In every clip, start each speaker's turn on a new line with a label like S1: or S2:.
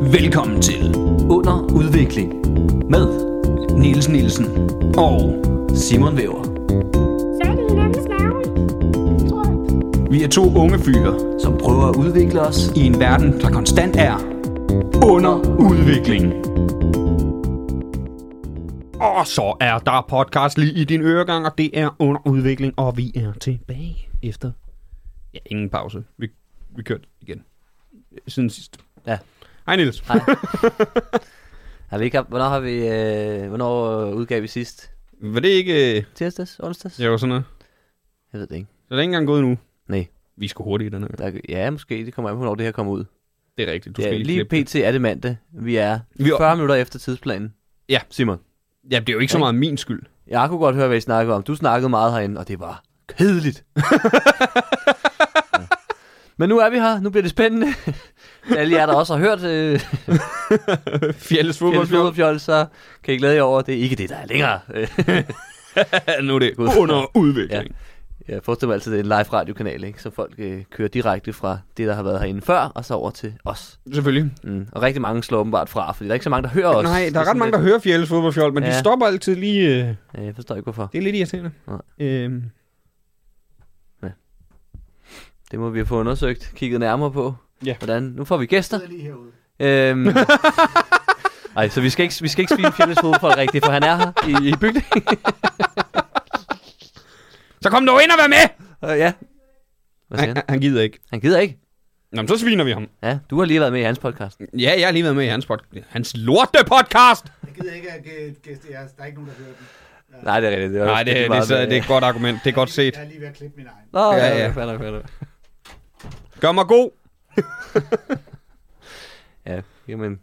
S1: Velkommen til Under Udvikling med Niels Nielsen og Simon Væver.
S2: Fat i hinandens navle. Tror jeg.
S1: Vi er to unge fyre
S3: som prøver at udvikle os.
S1: i en verden, der konstant er under udvikling.
S4: Og så er der podcast lige i din øregang, og det er under udvikling, og vi er tilbage efter... Ja, ingen pause. Vi, vi kørte igen. øh, Siden sidst.
S3: Ja.
S4: Hej Niels.
S3: Hej. Har vi ikke haft, hvornår har vi, øh, hvornår øh, udgav vi sidst?
S4: Var det ikke... Øh,
S3: Tirsdags? Onsdags?
S4: jeg var sådan noget.
S3: Jeg ved det ikke.
S4: Så er det ikke engang gået endnu.
S3: Nej.
S4: Vi skal hurtigt i den her.
S3: Der, ja, måske. Det kommer an på, hvornår det her kommer ud.
S4: Det er rigtigt. Du
S3: Ja,
S4: skal
S3: lige
S4: klippe det.
S3: pt. er det mandag. Vi er
S4: Vi er-
S3: 40 minutter efter tidsplanen.
S4: Ja.
S3: Simon.
S4: Ja, det er jo ikke så meget min skyld.
S3: Jeg kunne godt høre, hvad I snakkede om. Du snakkede meget herinde, og det var kedeligt. ja. Men nu er vi her. Nu bliver det spændende. Til alle jer, der også har hørt øh,
S4: Fjalles fodboldfjold.
S3: fodboldfjold, så kan I glæde jer over, at det er ikke det, der er længere.
S4: nu er det
S3: Gud.
S4: under udvikling.
S3: Jeg forestiller mig altid, at det er en live radiokanal, ikke? så folk øh, kører direkte fra det, der har været herinde før, og så over til os.
S4: Ja. Selvfølgelig.
S3: Mm. Og rigtig mange slår åbenbart fra, fordi der er ikke så mange, der hører os.
S4: Nej, der er ret mange, der hører Fjalles fodboldfjold, men ja. de
S3: Ja.
S4: stopper altid lige... Øh,
S3: hører. Jeg forstår ikke, hvorfor.
S4: det er lidt irriterende.
S3: Nej.
S4: Øhm,
S3: Det må vi have fået undersøgt, kigget nærmere på.
S4: Ja.
S3: Hvordan? Nu får vi gæster. Øhm. Ej, så vi skal ikke, vi skal ikke spille Fjelles fodbold rigtigt, for han er her i, i bygningen.
S4: så kom dog ind og vær med!
S3: Øh, ja. Hvad siger
S4: Han,
S3: han?
S4: han gider ikke.
S3: Han gider ikke.
S4: Nå, men så sviner vi ham.
S3: Ja, du har lige været med i hans podcast.
S4: Ja, jeg har lige været med i hans, pod- hans lorte podcast.
S5: Jeg gider ikke at gæ- gæste jeres. Der er ikke nogen, der hører den.
S3: Nej, det er rigtigt. Det var
S4: Nej, det, det, det,
S3: meget-
S4: det, det er et godt argument. Det er godt set.
S5: Jeg er lige ved at klippe min egen.
S3: Nå,
S4: Ja,
S3: ja,
S4: ja.
S3: ja. Fair nok, fair nok.
S4: Gør mig god.
S3: Ja, jamen,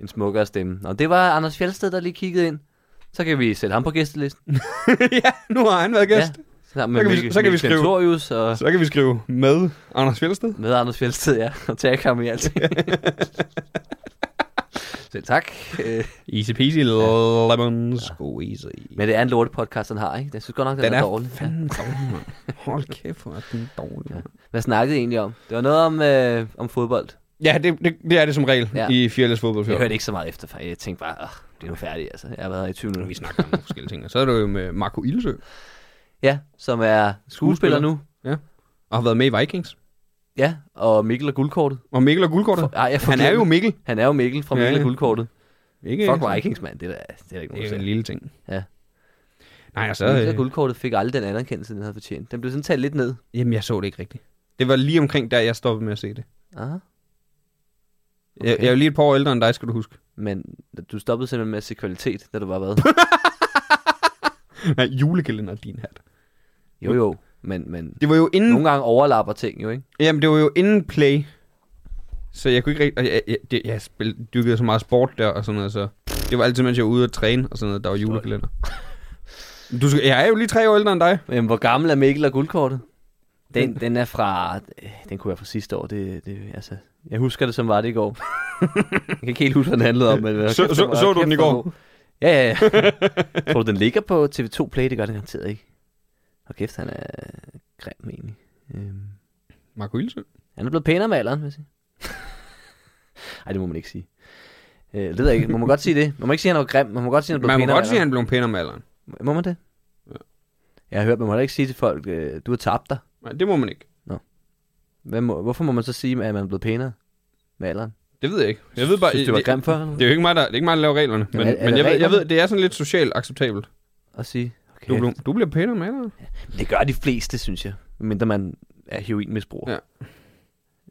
S3: en smukkere stemme. Nå, det var Anders Fjeldsted, der lige kiggede ind. Så kan vi sætte ham på gæstelisten.
S4: ja, nu har han været gæst. Ja.
S3: Ja, sammen med
S4: Så kan vi-
S3: Mikkel,
S4: så kan vi
S3: Mikkel
S4: skrive-
S3: Klintorius og
S4: Så kan vi skrive med Anders Fjeldsted.
S3: med Anders Fjeldsted, ja. Og tagge ham i alt. Selv tak. Øh,
S4: Easy peasy lemon squeezy. Ja.
S3: Men det er en lorte podcast, han har, ikke? Jeg synes godt nok, den,
S4: Den
S3: er,
S4: er
S3: dårlig. Ja.
S4: Fanden dårlig, mand. Hold kæft, hvor er den dårlig, mand.
S3: Hvad snakkede I egentlig om? Det var noget om, øh, om fodbold.
S4: Ja, det, det, det, er det som regel ja.
S3: Ja.
S4: i Fjeldes
S3: Jeg
S4: fodboldfjord.
S3: hørte ikke så meget efter, for jeg tænkte bare, "Åh, det er nu færdigt, altså. Jeg har været her i 20
S4: Vi
S3: minutter.
S4: snakker om nogle forskellige ting. Og så er det jo med Marco Ildsø,
S3: Ja, som er skuespiller
S4: Skuespiller.
S3: nu.
S4: og har været med i Vikings.
S3: Ja, og Mikkel og Guldkortet.
S4: Og Mikkel og Guldkortet.
S3: For, ej, jeg
S4: Han er jo
S3: forglemte-
S4: Mikkel.
S3: han er jo Mikkel fra Mikkel
S4: Ja, ja.
S3: og Guldkortet.
S4: Ikke,
S3: Fuck Vikings, mand. Det er da det er da ikke
S4: Det er jo
S3: nogen
S4: en
S3: sag.
S4: lille ting.
S3: Ja.
S4: Nej, og så...
S3: Så
S4: Øh,
S3: guldkortet fik aldrig den anerkendelse, den havde fortjent. Den blev sådan talt lidt ned.
S4: jamen, jeg så det ikke rigtigt. Det var lige omkring, der jeg stoppede med at se det. Ah.
S3: Aha.
S4: Okay. Jeg, jeg er jo lige et par år ældre end dig, skal du huske.
S3: Men du stoppede simpelthen med at se kvalitet, da du var hvad?
S4: Nej, julekalender er din hat.
S3: Jo jo, men, men
S4: Det var jo inden,
S3: nogle gange overlapper ting jo, ikke?
S4: jamen, det var jo inden play. Så jeg kunne ikke rigtig... og Jeg, jeg, det, jeg spil, dykkede så meget sport der og sådan noget, så... Det var altid, mens jeg var ude at træne og sådan noget, der var julekalender. Du skal, jeg er jo lige tre år ældre end dig.
S3: Men hvor gammel er Mikkel og guldkortet? Den, den er fra... øh, Den kunne jeg fra sidste år. Det, det, altså, jeg husker det, som var det i går. jeg kan ikke helt huske, hvad den handlede om. Men, hold
S4: Så-
S3: kæft,
S4: så-
S3: den var-
S4: så du
S3: kæft,
S4: den i
S3: var
S4: går?
S3: god. Ja, ja, ja. Tror du, den ligger på TV2 Play? Det gør den garanteret ikke. Og kæft, han er grim egentlig. Øhm.
S4: Marco Ilse.
S3: Han er blevet pænere med alderen, vil jeg sige. Ej, det må man ikke sige. Øh, det ved jeg ikke. Må man godt sige det? Man må ikke sige, at han er grim. Man må godt sige, at han er
S4: Man
S3: blevet
S4: må
S3: pænere
S4: godt
S3: med
S4: sige, at han blev pænere med alderen.
S3: alderen. Må man det? Jeg har hørt, man må da ikke sige til folk, øh, du har tabt dig.
S4: Nej, det må man ikke.
S3: Hvad må, hvorfor må man så sige, at man er blevet pænere med alderen?
S4: Det ved jeg ikke. Jeg ved bare...
S3: Synes, det var
S4: jeg-
S3: grimt før?
S4: Det er jo ikke mig, der, det er ikke mig, der laver reglerne. Men,
S3: er- er
S4: men
S3: der
S4: jeg, ved, jeg
S3: regler?
S4: ved, det er sådan lidt socialt acceptabelt.
S3: At sige, okay.
S4: Du, blev, du bliver pænere med alderen.
S3: Det gør de fleste, synes jeg. Mindre man er heroinmisbruger.
S4: Ja.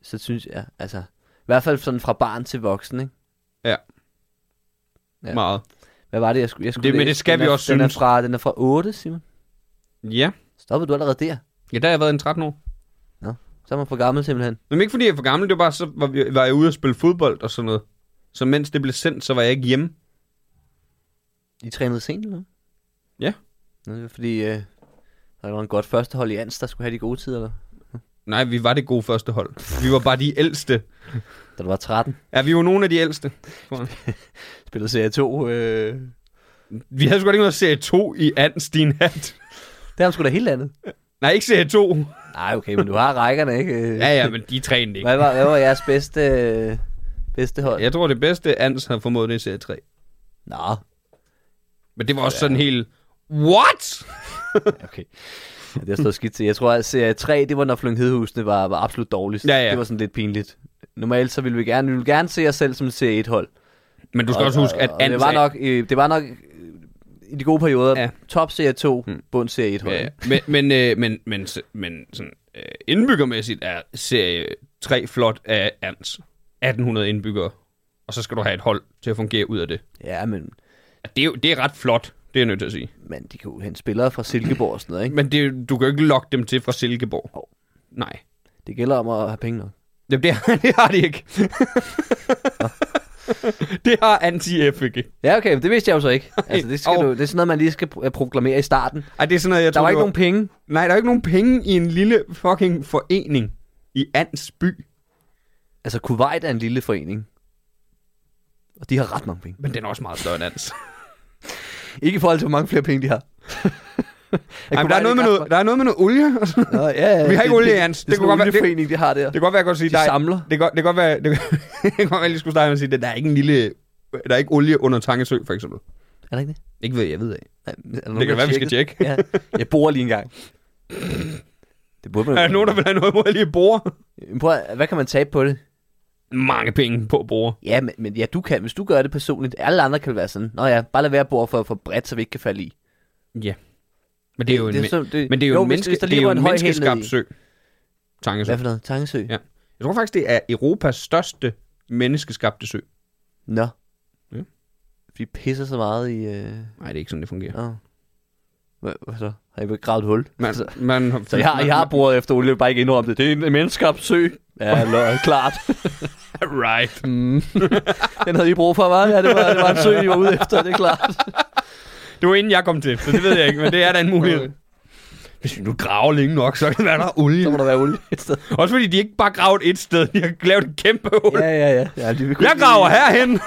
S3: Så synes jeg, altså... I hvert fald sådan fra barn til voksen, ikke?
S4: Ja.
S3: Ja.
S4: Meget.
S3: Hvad var det, jeg skulle, jeg skulle
S4: Det- men
S3: læse?
S4: det skal
S3: den
S4: vi
S3: er,
S4: også
S3: den
S4: synes.
S3: Er fra, den er fra 8, Simon.
S4: Ja.
S3: Stoppede du allerede der?
S4: Ja, der har jeg været en 13 år.
S3: Så er man for gammel simpelthen.
S4: Men ikke fordi jeg er for gammel, det var bare, så var, vi- var jeg ude og spille fodbold og sådan noget. Så mens det blev sendt, så var jeg ikke hjemme.
S3: I trænede sent, eller hvad?
S4: Ja.
S3: Nå, det var fordi, øh, der var en godt første hold i Ans, der skulle have de gode tider, eller?
S4: Nej, vi var det gode første hold. Vi var bare de ældste.
S3: Da du var 13.
S4: Ja, vi var nogle af de ældste.
S3: Spillede Serie 2. Øh...
S4: Vi havde sgu da ikke noget serie 2 i Ans, din hat.
S3: Det har man sgu da helt andet.
S4: Nej, ikke serie 2.
S3: Nej, okay, men du har rækkerne, ikke?
S4: Ja, ja, men de trænede ikke.
S3: Hvad var, hvad var jeres bedste, øh, bedste hold?
S4: Jeg tror, det bedste, Ans har formået det i serie 3.
S3: Nå,
S4: Men det var også sådan helt... What?
S3: okay. Ja, det har stået skidt til. Jeg tror, at serie 3, det var, når Fløng Hedehusene var, var absolut dårligst.
S4: Ja, ja.
S3: Det var sådan lidt pinligt. Normalt så ville vi gerne, vi ville gerne se os selv som et serie 1-hold.
S4: Men du skal også huske, at
S3: og
S4: Ans...
S3: det var nok, øh, det var nok øh, i de gode perioder,
S4: Ja.
S3: ja. top serie 2,
S4: Hmm.
S3: hmm. bund serie 1 hold.
S4: Ja,
S3: Ja.
S4: ja. men, men, øh, men, men, s- men sådan, øh, indbyggermæssigt er serie 3 flot af Ans. 1800 indbyggere. Og så skal du have et hold til at fungere ud af det.
S3: ja, men,
S4: Det er, jo, det er ret flot, det er jeg nødt til at sige.
S3: men de kan jo hente spillere fra Silkeborg og sådan noget, ikke?
S4: Men det, du kan jo ikke lokke dem til fra Silkeborg.
S3: Hov.
S4: Nej.
S3: Det gælder om at have penge nok.
S4: Jamen, det, har, det har de ikke. det har anti-F ikke.
S3: Ja, okay, men det vidste jeg jo så ikke. Altså, det, skal
S4: og-
S3: du, det er sådan noget, man lige skal pro- øh, proklamere i starten.
S4: Ej, det er sådan noget, jeg
S3: Der
S4: tror,
S3: var
S4: det
S3: ikke nogen penge.
S4: Nej, der er jo ikke nogen penge i en lille fucking forening i Ans by.
S3: Altså, Kuwait er en lille forening. Og de har ret mange penge.
S4: Men den er også meget større end Ans.
S3: Ikke i forhold til, hvor mange flere penge de har.
S4: Ej, men der, er noget med noget, der er noget med noget olie. og sådan noget.
S3: Nå, ja, ja,
S4: Vi har
S3: det-
S4: ikke olie i
S3: det-
S4: Ans.
S3: Det, det,
S4: Det
S3: det
S4: kunne
S3: er
S4: godt
S3: sådan
S4: være-
S3: en forening, de har der.
S4: Det kan godt være, jeg godt sige,
S3: De
S4: der er,
S3: samler.
S4: det kan, godt- det kan godt være, det kan, det kan godt være, jeg lige skulle starte med at sige, at der er ikke en lille, der er ikke olie under Tangesø, for eksempel.
S3: Er der ikke det?
S4: Ikke ved, jeg ved af.
S3: Er der nogen,
S4: Det
S3: der
S4: kan være, vi skal
S3: tjekkede?
S4: tjekke.
S3: Ja. Jeg bor lige en gang. Det burde man
S4: Er der nogen, der vil have noget, hvor jeg lige bruger?
S3: Men Prøv, at- hvad kan man tabe på det?
S4: Mange penge på at bruge.
S3: Ja, men, men ja, du kan, hvis du gør det personligt. Alle andre kan være sådan. Nå ja, bare lad være at bore for, for bredt, så vi ikke kan falde i.
S4: Men det er jo en,
S3: det er
S4: men-
S3: sådan- det-
S4: men det er jo
S3: jo,
S4: en,
S3: hvis-
S4: menneske,
S3: hvis der
S4: det
S3: lige
S4: er jo
S3: var
S4: en
S3: en høj hæl ned i.
S4: menneskeskabt sø. Tangesø.
S3: Hvad for noget? Tangesø?
S4: Ja. Jeg tror faktisk, det er Europas største menneskeskabte sø.
S3: Nå.
S4: Ja.
S3: Vi pisser så meget i... Øh...
S4: Nej, det er ikke sådan, det fungerer.
S3: Nå. Hvad, hvad så? Har I begravet et hul?
S4: Man,
S3: så,
S4: man,
S3: Altså, så jeg, har, jeg har boret efter olie, bare ikke indrømme det. Det er en menneskeskabt sø. Ja, lo- klart.
S4: Right.
S3: Mm. Den havde I brug for, var? Ja, det var, det var en sø, I var ude efter, det er klart.
S4: Det var inden jeg kom til, så det ved jeg ikke, men det er da en mulighed. Hvis vi nu graver længe nok, så kan det være, der er olie.
S3: Så må der være olie et sted.
S4: Også fordi de ikke bare gravet et sted, de har lavet et kæmpe hul.
S3: Ja, ja, ja. ja de, vi kunne
S4: Jeg
S3: ikke
S4: graver
S3: lige-
S4: herhen.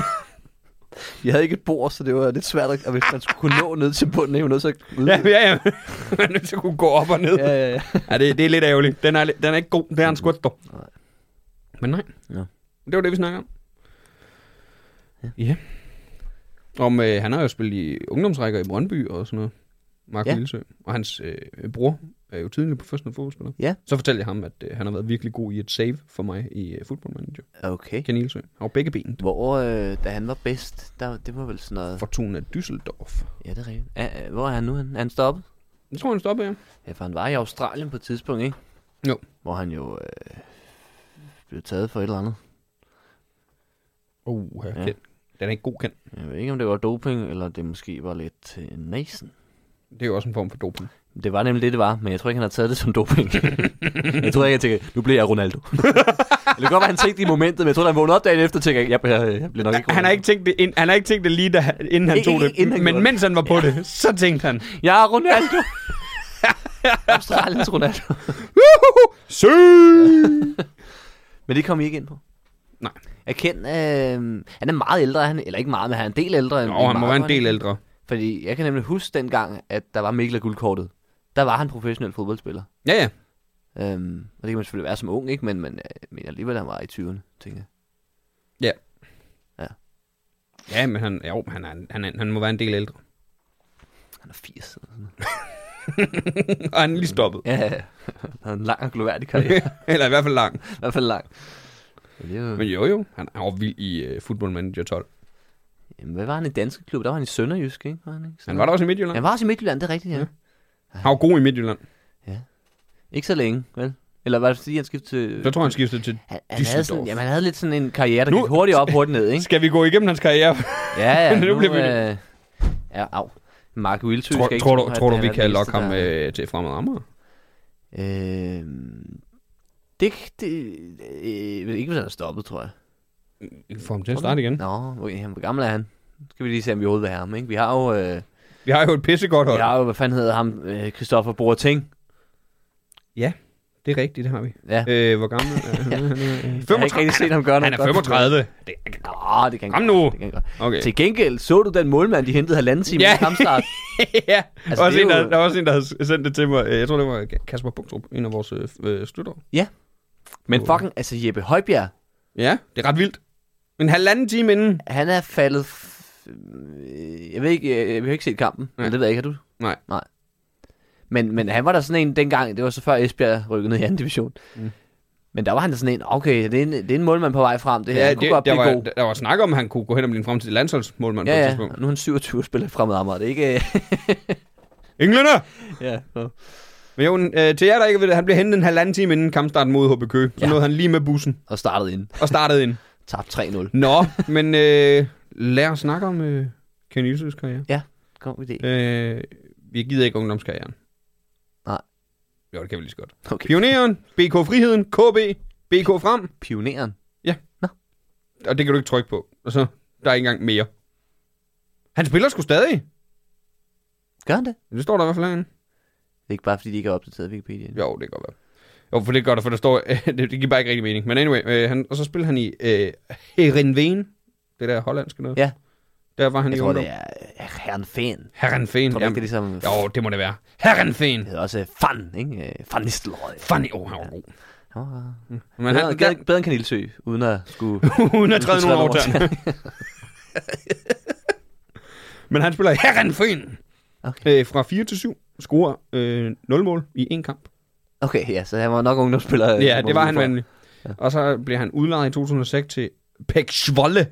S3: Vi havde ikke et bord, så det var lidt svært, at, og hvis man skulle kunne nå ned til bunden, er jo nødt til at...
S4: Ja, ja, ja. Man er nødt til at kunne gå op og ned.
S3: ja, ja, ja.
S4: Ja, det, det er lidt ærgerligt. Den er, li- den er ikke god. Det er en squat, dog.
S3: Nej.
S4: Men nej.
S3: Nå.
S4: Det var det, vi snakker om. Ja. ja. Om, øh, han har jo spillet i ungdomsrækker i Brøndby og sådan noget. Marco ja.
S3: Ja.
S4: Milsø. Og hans øh, bror er jo tidligere professionel fodboldspiller.
S3: Ja.
S4: Så fortalte jeg ham, at øh, han har været virkelig god i et save for mig i øh, Football Manager.
S3: Okay.
S4: Ken Ilsø. Han var begge ben.
S3: Hvor, øh, da han var bedst, der, det var vel sådan noget...
S4: Fortuna Düsseldorf.
S3: Ja, det er rigtigt. Ja, øh, hvor er han nu? henne? Er han stoppet?
S4: Jeg tror, han stopper, ja.
S3: Ja, for han var i Australien på et tidspunkt, ikke?
S4: Jo.
S3: Hvor han jo øh, blev taget for et eller andet.
S4: Uh, ja.
S3: Ja.
S4: Ken. Den er ikke god kendt.
S3: Jeg ved ikke, om det var doping, eller det måske var lidt øh, næsen.
S4: Det er jo også en form for doping.
S3: Det var nemlig det, det var, men jeg tror ikke, han har taget det som doping. jeg tror ikke, han tænker, nu bliver jeg Ronaldo. Eller det kan godt være, han tænkte det i momentet, men jeg tror, da han vågnede op dagen efter, tænker jeg, jeg, bliver- jeg bliver nok ikke
S4: Han har
S3: Ronaldo.
S4: ikke tænkt det, ind, han har ikke tænkt det lige, da, inden han
S3: Ikke-
S4: tog det.
S3: ikke inden han
S4: Men
S3: gjorde det.
S4: mens han var på ja. det, så tænkte han.
S3: Jeg er Ronaldo! Australiens Ronaldo.
S4: Sø!
S3: Men det kom I ikke ind på?
S4: Nej.
S3: Jeg kender, øh, han er meget ældre, er han, eller ikke meget, men han er en del ældre. end-
S4: Nå,
S3: end
S4: han må
S3: Marco,
S4: være en
S3: ikke?
S4: del ældre.
S3: Fordi jeg kan nemlig huske dengang, at der var Mikkel og Guldkortet. Der var han professionel fodboldspiller.
S4: Ja, ja.
S3: Øhm, og det kan man selvfølgelig være som ung, ikke? Men, men, øh, men alligevel, han var i 20'erne, tænker jeg.
S4: Ja, men han, jo, han, er, han, er, han må være en del ældre.
S3: Han er 80. eller sådan noget.
S4: Og han er lige stoppet.
S3: Ja, ja, ja. Han har en lang og gloværdig karriere.
S4: Eller i hvert fald lang.
S3: I hvert fald lang. Men, det er jo,
S4: Men jo, jo. Han er jo vild i uh, Football Manager 12.
S3: jamen, hvad var han i danske klub? Der var han i Sønderjysk, ikke? Var han, ikke?
S4: Han var der også i Midtjylland.
S3: Han var også i Midtjylland, det er rigtigt, ja.
S4: Ja.
S3: ja.
S4: Han var god i Midtjylland.
S3: Ikke så længe, vel? Eller var det fordi, han skiftede til...
S4: Så tror jeg, han skiftede til...
S3: han, han, havde sådan,
S4: Düsseldorf.
S3: jamen, han havde lidt sådan en karriere, der
S4: Nu-
S3: nu... gik hurtigt op, hurtigt ned, ikke?
S4: Skal vi gå igennem hans karriere?
S3: Ja, ja.
S4: Nu bliver vi-
S3: øh, Ja, au. Mark Wiltøj
S4: tror,
S3: skal ikke
S4: tror,
S3: tro,
S4: du,
S3: at
S4: tror du,
S3: han
S4: vi
S3: er den
S4: kan
S3: eneste,
S4: lokke ham
S3: der-
S4: øh, til fremad Amager?
S3: Øh, det, det øh, ikke, hvis han er stoppet, tror jeg.
S4: Få ham til at starte igen.
S3: Nå, hvor, jamen, hvor gammel er han? Nu Skal vi lige se, om vi overhovedet vil have ham, ikke? Vi har jo, øh,
S4: Vi har jo et pissegodt
S3: vi
S4: hold.
S3: har jo hvad fanden hedder ham, øh, Christoffer Boateng.
S4: Det er rigtigt, det har vi.
S3: Ja.
S4: Øh, hvor gammel er øh, han?
S3: Jeg har ikke
S4: 35.
S3: rigtig set ham gøre
S4: Han
S3: noget
S4: er
S3: godt.
S4: 35. Det er
S3: Nå, det kan
S4: Kom
S3: han godt,
S4: nu.
S3: Det kan han godt.
S4: Okay.
S3: Til gengæld så du den målmand, de hentede halvanden time
S4: Ja.
S3: i kampstart.
S4: ja, altså,
S3: Altså,
S4: også
S3: det er
S4: en, der,
S3: jo-
S4: der var også en, der havde sendt det til mig. Øh, Jeg tror, det var Kasper Bugtrup, en af vores øh, øh, støtter.
S3: Men fucking, altså Jeppe Højbjerg,
S4: Ja, det er ret vildt. En halvanden time inden.
S3: Han er faldet... F- øh, jeg ved ikke, øh, vi har ikke set kampen, men
S4: Nej.
S3: det ved jeg ikke, har du?
S4: Nej.
S3: Nej. Men, men han var der sådan en dengang, det var så før Esbjerg rykkede ned i anden division.
S4: Mm.
S3: Mm. Men der var han da sådan en, okay, det er en, det er en målmand på vej frem, det her, ja, han kunne det, godt
S4: der,
S3: blive
S4: var,
S3: god.
S4: der, der var snak om, at han kunne gå hen og blive en fremtidig landsholdsmålmand på et
S3: Ja, ja,
S4: tidspunkt.
S3: nu er han 27 og spiller fremad Amager, det er ikke... øh,
S4: Englænder!
S3: ja, nå.
S4: Men jo, øh, til jer, der ikke ved det, han blev hentet en halvanden time inden kampstarten mod HB Køge. Så ja.
S3: Ja.
S4: nåede han lige med bussen
S3: og startede ind.
S4: og startede ind.
S3: Tabt 3-0.
S4: Nå, men øh, lad os snakke om øh, Kenny Yusufs karriere.
S3: Kom idé.
S4: Øh, vi gider ikke ungdomskarrieren.
S3: Nej.
S4: Jo, det kan vi lige så godt.
S3: Okay.
S4: Pioneren, BK Friheden, KB, BK Frem.
S3: Pioneren.
S4: Og det kan du ikke trykke på. Og så, der er ikke engang mere. Han spiller sgu stadig.
S3: Gør han det?
S4: Det står der i hvert fald herinde.
S3: Det er ikke bare, fordi de ikke har opdateret Wikipedia.
S4: Jo, det kan godt være. Jo, for det gør der, for der står... det, det giver bare ikke rigtig mening. Men anyway, øh, han, og så spiller han i øh, Herenveen. Det der hollandske noget.
S3: Ja.
S4: Der var han
S3: Jeg
S4: i
S3: tror,
S4: ungdom.
S3: det er Herren Fan.
S4: Herenveen.
S3: Tror du ikke, det er ligesom...
S4: Jo, det må det være. Herenveen.
S3: Det hedder også Fan, ikke? Øh, Fan Nistelrøj.
S4: Funny. Åh, oh, han var god.
S3: Han var-
S4: Men han,
S3: bedre, bedre end Kanilsø, uden at skulle...
S4: Hun er 30
S3: Hun
S4: nogen
S3: er
S4: over tæerne. Men han spiller i Herrenfyn okay. øh, fra 4 til 7. Scorer øh, 0 mål i en kamp.
S3: Okay, ja, så han var nok ungdomsspiller. øh,
S4: Ja, det var han
S3: for-
S4: vanlig.
S3: Ja.
S4: Og så blev han udlejet i 2006 til Pexvolle.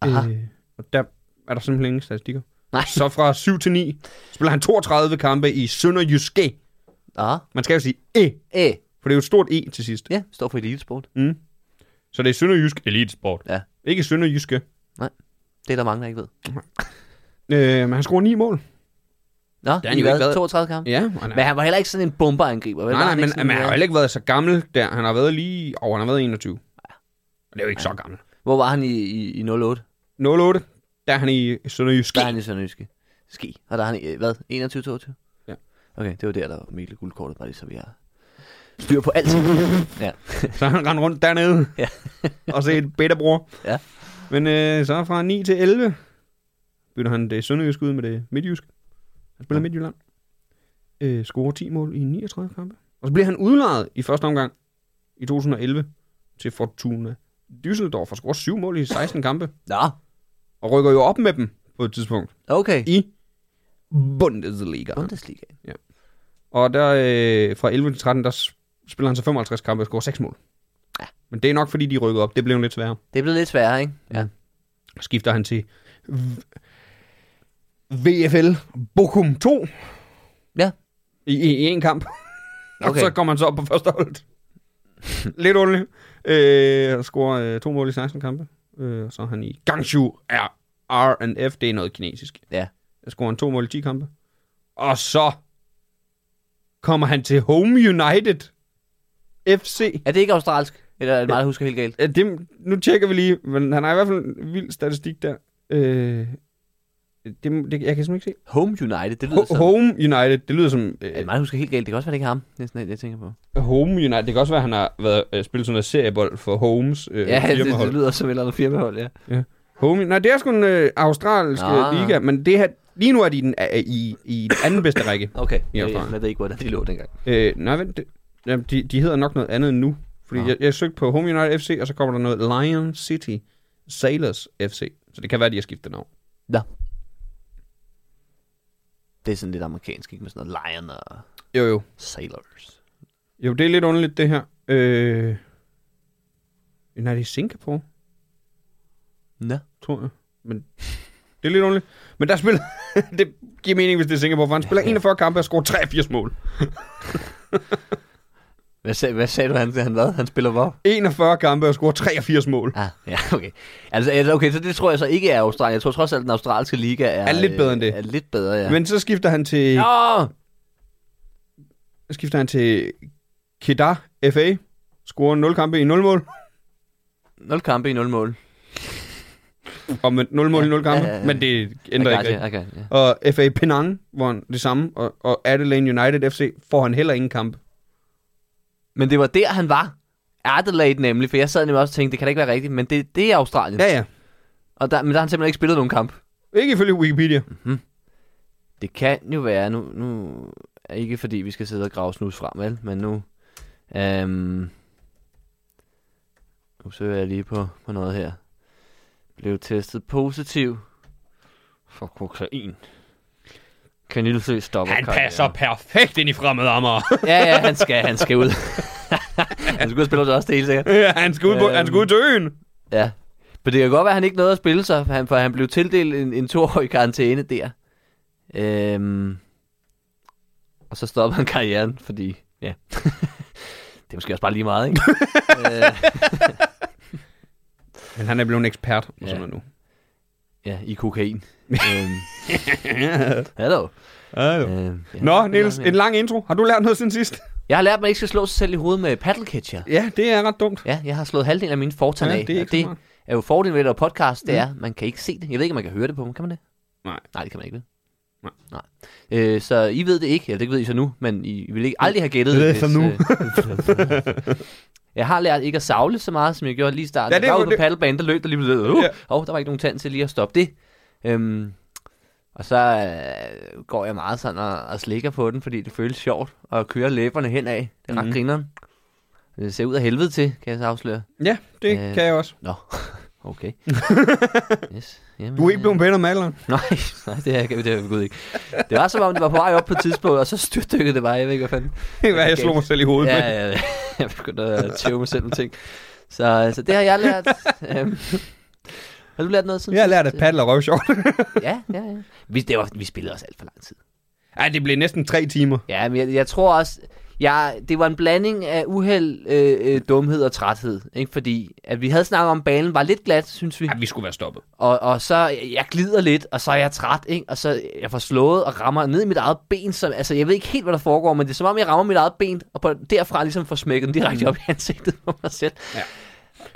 S3: Aha.
S4: Øh, og der er der simpelthen ingen statistikker.
S3: Nej.
S4: Så fra 7 til 9 spiller han 32 kampe i Sønderjyske.
S3: Ah,
S4: Man skal jo sige E,
S3: øh,
S4: for det er jo et stort E til sidst.
S3: ja, står for elitesport.
S4: Mm. Så det er Sønderjysk Elitesport.
S3: Ja.
S4: Ikke Sønderjyske.
S3: Det er der mange, der ikke ved.
S4: Øh, men han scorer 9 mål.
S3: Nå, det
S4: han jo ikke været-
S3: 32 kampe.
S4: Ja, og han er
S3: Men han var heller ikke sådan en bomberangriber. vel?
S4: Nej,
S3: Var
S4: nej,
S3: han
S4: men
S3: ikke sådan
S4: men han
S3: en-
S4: har heller ikke været så gammel der. Han har været lige... Åh, oh, han har været 21. Og det er jo ikke så gammel.
S3: øh, Hvor var han i, i, i 08?
S4: 08, der er han i Sønderjyske.
S3: Der er han i Sønderjyske. Ski. Og der er han i, øh, hvad, 21-22?
S4: Ja.
S3: Okay, det var der, der var Mikkel Guldkortet, bare lige så vi har styr på alt. ja.
S4: Så han rendte rundt dernede.
S3: Ja.
S4: og se et betabror.
S3: Ja.
S4: Men øh, så fra 9 til 11 bytter han det sønderjyske ud med det midtjyske. Han spiller ja.
S3: Ja.
S4: Midtjylland. Øh, scorer 10 mål i 39 kampe. Og så bliver han udlejet i første omgang i 2011 til Fortuna Düsseldorf og scorer 7 mål i 16 kampe.
S3: Nå,
S4: Og rykker jo op med dem på et tidspunkt.
S3: okay.
S4: i Bundesliga.
S3: Bundesliga.
S4: Og der øh, fra 11 til 13, der s- spiller han så 55 kampe og scorer 6 mål.
S3: Ja.
S4: Men det er nok fordi, de rykkede op. Det blev lidt sværere.
S3: Det er blevet lidt sværere, ikke?
S4: Ja. Skifter han til v- VFL Bochum 2.
S3: Ja.
S4: I, i, i en kamp. Okay. Og
S3: Okay.
S4: så kommer han så op på første holdet. lidt underligt. Øh, og scorer øh, to mål i 16 kampe. Øh, og så er han i Gangshu R. R&F, det er noget kinesisk.
S3: Ja.
S4: Der scorer han to mål i 10 kampe. Og så kommer han til Home United FC.
S3: Er det ikke australsk? Eller er det meget, jeg husker helt galt?
S4: Ja, det, nu tjekker vi lige, men han har i hvert fald en vild statistik der. Øh, det, det, jeg kan simpelthen ikke se.
S3: Home United, det lyder
S4: Ho-
S3: sådan.
S4: Home United, det lyder som...
S3: Er det
S4: Øh,
S3: mig, der husker helt galt? Det kan også være, det ikke er ham. Det er sådan, jeg, jeg tænker på.
S4: Home United, det kan også være, han har været, øh, spillet sådan noget seriebold for Holmes øh,
S3: ja, det,
S4: firmahold.
S3: det, lyder som et eller andet firmahold, ja.
S4: Home, nej, det er sgu en øh, australsk
S3: Ah.
S4: ah. liga, men det her, lige nu er de i den, øh, i, i den anden bedste række.
S3: Okay,
S4: Ja,
S3: jeg,
S4: far.
S3: jeg, ved ikke, hvordan de lå dengang.
S4: Øh, nej, vent, det, jamen, de, de hedder nok noget andet nu. Fordi
S3: Ah.
S4: jeg, jeg søgte på Home United FC, og så kommer der noget Lion City Sailors FC. Så det kan være, de har skiftet navn.
S3: Det er sådan lidt amerikansk, ikke? Med sådan noget lion og
S4: Jo, jo.
S3: sailors.
S4: Jo, det er lidt underligt, det her. Øh, nej, det er Singapore,
S3: Nå.
S4: tror jeg. Men det er lidt underligt. Men der spiller... det giver mening, hvis det er Singapore, for han spiller 41 kampe og scorer 83 mål.
S3: Hvad, sag, hvad sagde du, han, han hvad? Han spiller hvor?
S4: 41 kampe og scorer 83 mål.
S3: Ah, ja, okay. Altså, altså, okay, så det tror jeg så ikke er Australien. Jeg tror trods alt, den australske liga er...
S4: Er lidt bedre end det.
S3: Er lidt bedre, ja.
S4: Ja. Men så skifter han til... Ja.
S3: Nå!
S4: Skifter han til Kedar FA. Scorer 0 kampe i 0 mål.
S3: 0 kampe i 0 mål.
S4: Og med 0 mål i 0 kampe. Ja, ja, ja.
S3: Ja, ja, ja.
S4: Men det ændrer ikke
S3: okay,
S4: rigtigt.
S3: okay, ja.
S4: Og FA Penang, hvor han det samme. Og, og Adelaide United FC får han heller ingen kamp.
S3: Men det var der, han var. Adelaide nemlig, for jeg sad nemlig også og tænkte, det kan da ikke være rigtigt, men det, det er Australien.
S4: Ja, ja.
S3: Og der, men der har han simpelthen ikke spillet nogen kamp.
S4: Ikke ifølge Wikipedia.
S3: Det kan jo være, nu, nu er ikke fordi vi skal sidde og grave snus frem, vel? Men nu... Øhm, nu søger jeg lige på, på noget her. Blev testet positiv for kokain. Kan Nielsø stoppe
S4: Han passer perfekt ind i fremmede ammer.
S3: Ja, ja, han skal, han skal ud. han skal ud og spille også det hele sikkert.
S4: han skal ud, på, han skal ud til øen.
S3: Ja. Men det kan godt være, at han ikke nåede at spille sig, for han, for han blev tildelt en, en toårig karantæne der. Øhm, og så stopper han karrieren, fordi, ja, det er måske også bare lige meget, ikke? øh,
S4: Men han er blevet en ekspert på
S3: Ja.
S4: sådan noget nu.
S3: ja, i kokain. øhm, hello. Øhm, ja.
S4: Nå, Niels, en lang intro. Har du lært noget siden sidst?
S3: Jeg har lært, at man ikke skal slå sig selv i hovedet med paddle catcher.
S4: Ja, det er ret dumt.
S3: Ja, jeg har slået halvdelen af mine fortan
S4: Ja,
S3: af.
S4: det er ikke
S3: og
S4: så
S3: det
S4: smart.
S3: er jo fordelen ved at lave podcast, det er, man kan ikke se det. Jeg ved ikke, om man kan høre det på mig. Kan man det?
S4: Nej.
S3: Nej, det kan man ikke. vel?
S4: Nej.
S3: Nej. Øh, så I ved det ikke. Eller det ved I så nu, men I, I ville ikke aldrig have gættet
S4: Jeg ved
S3: hvis,
S4: så nu.
S3: øh, jeg har lært ikke at savle så meget, som jeg gjorde lige i starten.
S4: Ja,
S3: Ja,
S4: det
S3: det, jeg var
S4: er jo
S3: ude på
S4: det.
S3: paddlebanen, der løb der lige blevet. Uh,
S4: Ja.
S3: ja. oh, der var ikke nogen tand til lige at stoppe det. Øhm, og så øh, går jeg meget sådan og, og slikker på den, fordi det føles sjovt at køre læberne henad. Det er ret
S4: Mhm.
S3: mm. grineren. Det ser ud af helvede til, kan jeg så afsløre.
S4: Ja, det
S3: Øh.
S4: kan jeg også.
S3: Nå, okay. yes. Jamen,
S4: Du er ikke blevet bedre med alderen.
S3: øh, Nej, nej det er jeg det er jeg ved Gud ikke. Det var som om, det var på vej op på et tidspunkt, og så styrtdykkede det bare. Jeg ved ikke, hvad fanden.
S4: Det var, jeg slog mig selv i hovedet med.
S3: Ja, ja, ja. jeg begyndte at tæve mig selv om ting. Så, så det har jeg lært. Øhm, har du lært noget sådan?
S4: Jeg har lært at paddle og røvsjov.
S3: Ja, ja, ja. Vi, det var, vi spillede også alt for lang tid.
S4: Ej, det blev næsten tre timer.
S3: Ja, men jeg, jeg tror også, jeg, det var en blanding af uheld, øh, øh, dumhed og træthed. Ikke? Fordi at vi havde snakket om, at banen var lidt glat, synes vi.
S4: Ej, vi skulle være stoppet.
S3: Og, og så, jeg glider lidt, og så er jeg træt, ikke? Og så jeg får slået og rammer ned i mit eget ben. Som, altså, jeg ved ikke helt, hvad der foregår, men det er som om, jeg rammer mit eget ben, og på, derfra ligesom får smækket den direkte op i ansigtet på mig selv.
S4: Mm.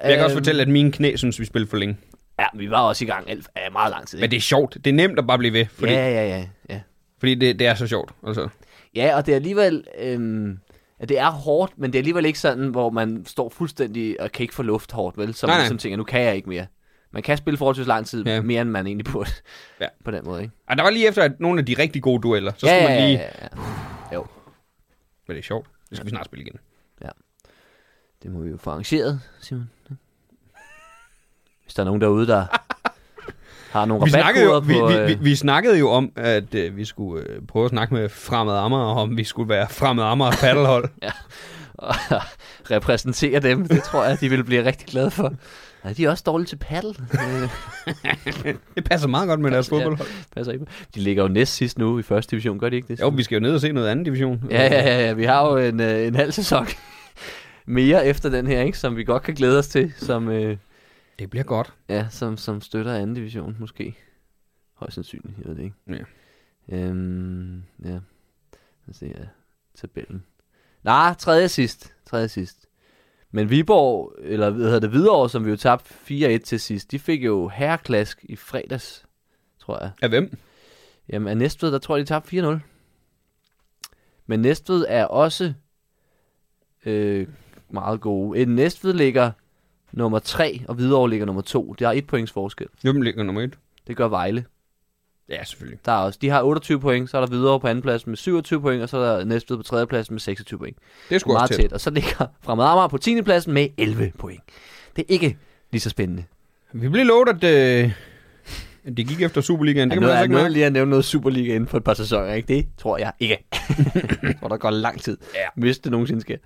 S4: Ja. Jeg kan også
S3: Øhm,
S4: fortælle, at mine knæ synes, vi spillede for længe.
S3: Ja, vi var også i gang alt, ja, meget lang tid.
S4: Men
S3: ikke?
S4: det er sjovt. Det er nemt at bare blive ved, fordi,
S3: Ja, ja, ja, ja.
S4: fordi det, det er så sjovt. Altså.
S3: Ja, og det er alligevel... Øhm, at det er hårdt, men det er alligevel ikke sådan, hvor man står fuldstændig og kan ikke få luft hårdt, vel? Så
S4: Nej,
S3: man
S4: nej.
S3: ligesom tænker, nu kan jeg ikke mere. Man kan spille forholdsvis lang tid,
S4: Ja.
S3: ja. mere end man egentlig burde.
S4: Ja.
S3: På den måde, ikke?
S4: Og der var lige efter at nogle af de rigtig gode dueller, så skulle man lige...
S3: ja, ja. Jo,
S4: Men det er sjovt. Det skal vi snart spille igen.
S3: det må vi jo få arrangeret, Simon. Hvis der er nogen derude, der har nogle
S4: Vi snakkede, jo,
S3: rabatkoder
S4: vi,
S3: på...
S4: vi,
S3: øh,
S4: vi, vi snakkede jo om, at øh, vi skulle øh, prøve at snakke med Fremad Amager, om vi skulle være Fremad Amager paddelhold.
S3: og repræsentere dem. Det tror jeg, de ville blive rigtig glade for. Nej, de er også dårlige til paddle. Øh,
S4: det passer meget godt med deres
S3: Passer, ja.
S4: fodboldhold.
S3: Passer ikke. på. De ligger jo næst sidst nu i første division, gør de ikke det?
S4: Jo, vi skal jo ned og se noget andet division.
S3: Ja, ja, ja, ja. Vi har jo en, øh, en halv sæson mere efter den her, ikke? som vi godt kan glæde os til, som, øh,
S4: Det bliver godt.
S3: ja, som, som støtter anden division måske. Højst sandsynligt, jeg ved det ikke.
S4: Ja.
S3: Øhm, ja. Lad os se ja. tabellen. Nej, tredje sidst. Tredje sidst. Men Viborg, eller hvad hedder det, Hvidovre, som vi jo tabte 4-1 til sidst, de fik jo herreklask i fredags, tror jeg.
S4: Af hvem?
S3: Jamen, af Næstved, der tror jeg, de tabte 4-0. Men Næstved er også øh, meget gode. Et Næstved ligger nummer 3, og Hvidovre ligger nummer 2. Det har et points forskel.
S4: Hvem ligger nummer et?
S3: Det gør Vejle.
S4: Ja, selvfølgelig.
S3: Der er også, de har 28 point, så er der Hvidovre på anden plads med 27 point, og så er der Næstved på tredje plads med 26 point.
S4: Det skulle
S3: Meget
S4: også tæt.
S3: tæt. Og så ligger Fremad Amager på 10. pladsen med 11 point. Det er ikke lige så spændende.
S4: Vi blev lovet, at øh, at det gik efter Superligaen. Det
S3: Det
S4: kan
S3: nu
S4: man altså
S3: er
S4: ikke
S3: noget
S4: mærke.
S3: lige at nævne noget Superliga inden for et par sæsoner, ikke? Det tror jeg ikke. jeg tror, der går lang tid,
S4: Ja.
S3: hvis det nogensinde sker.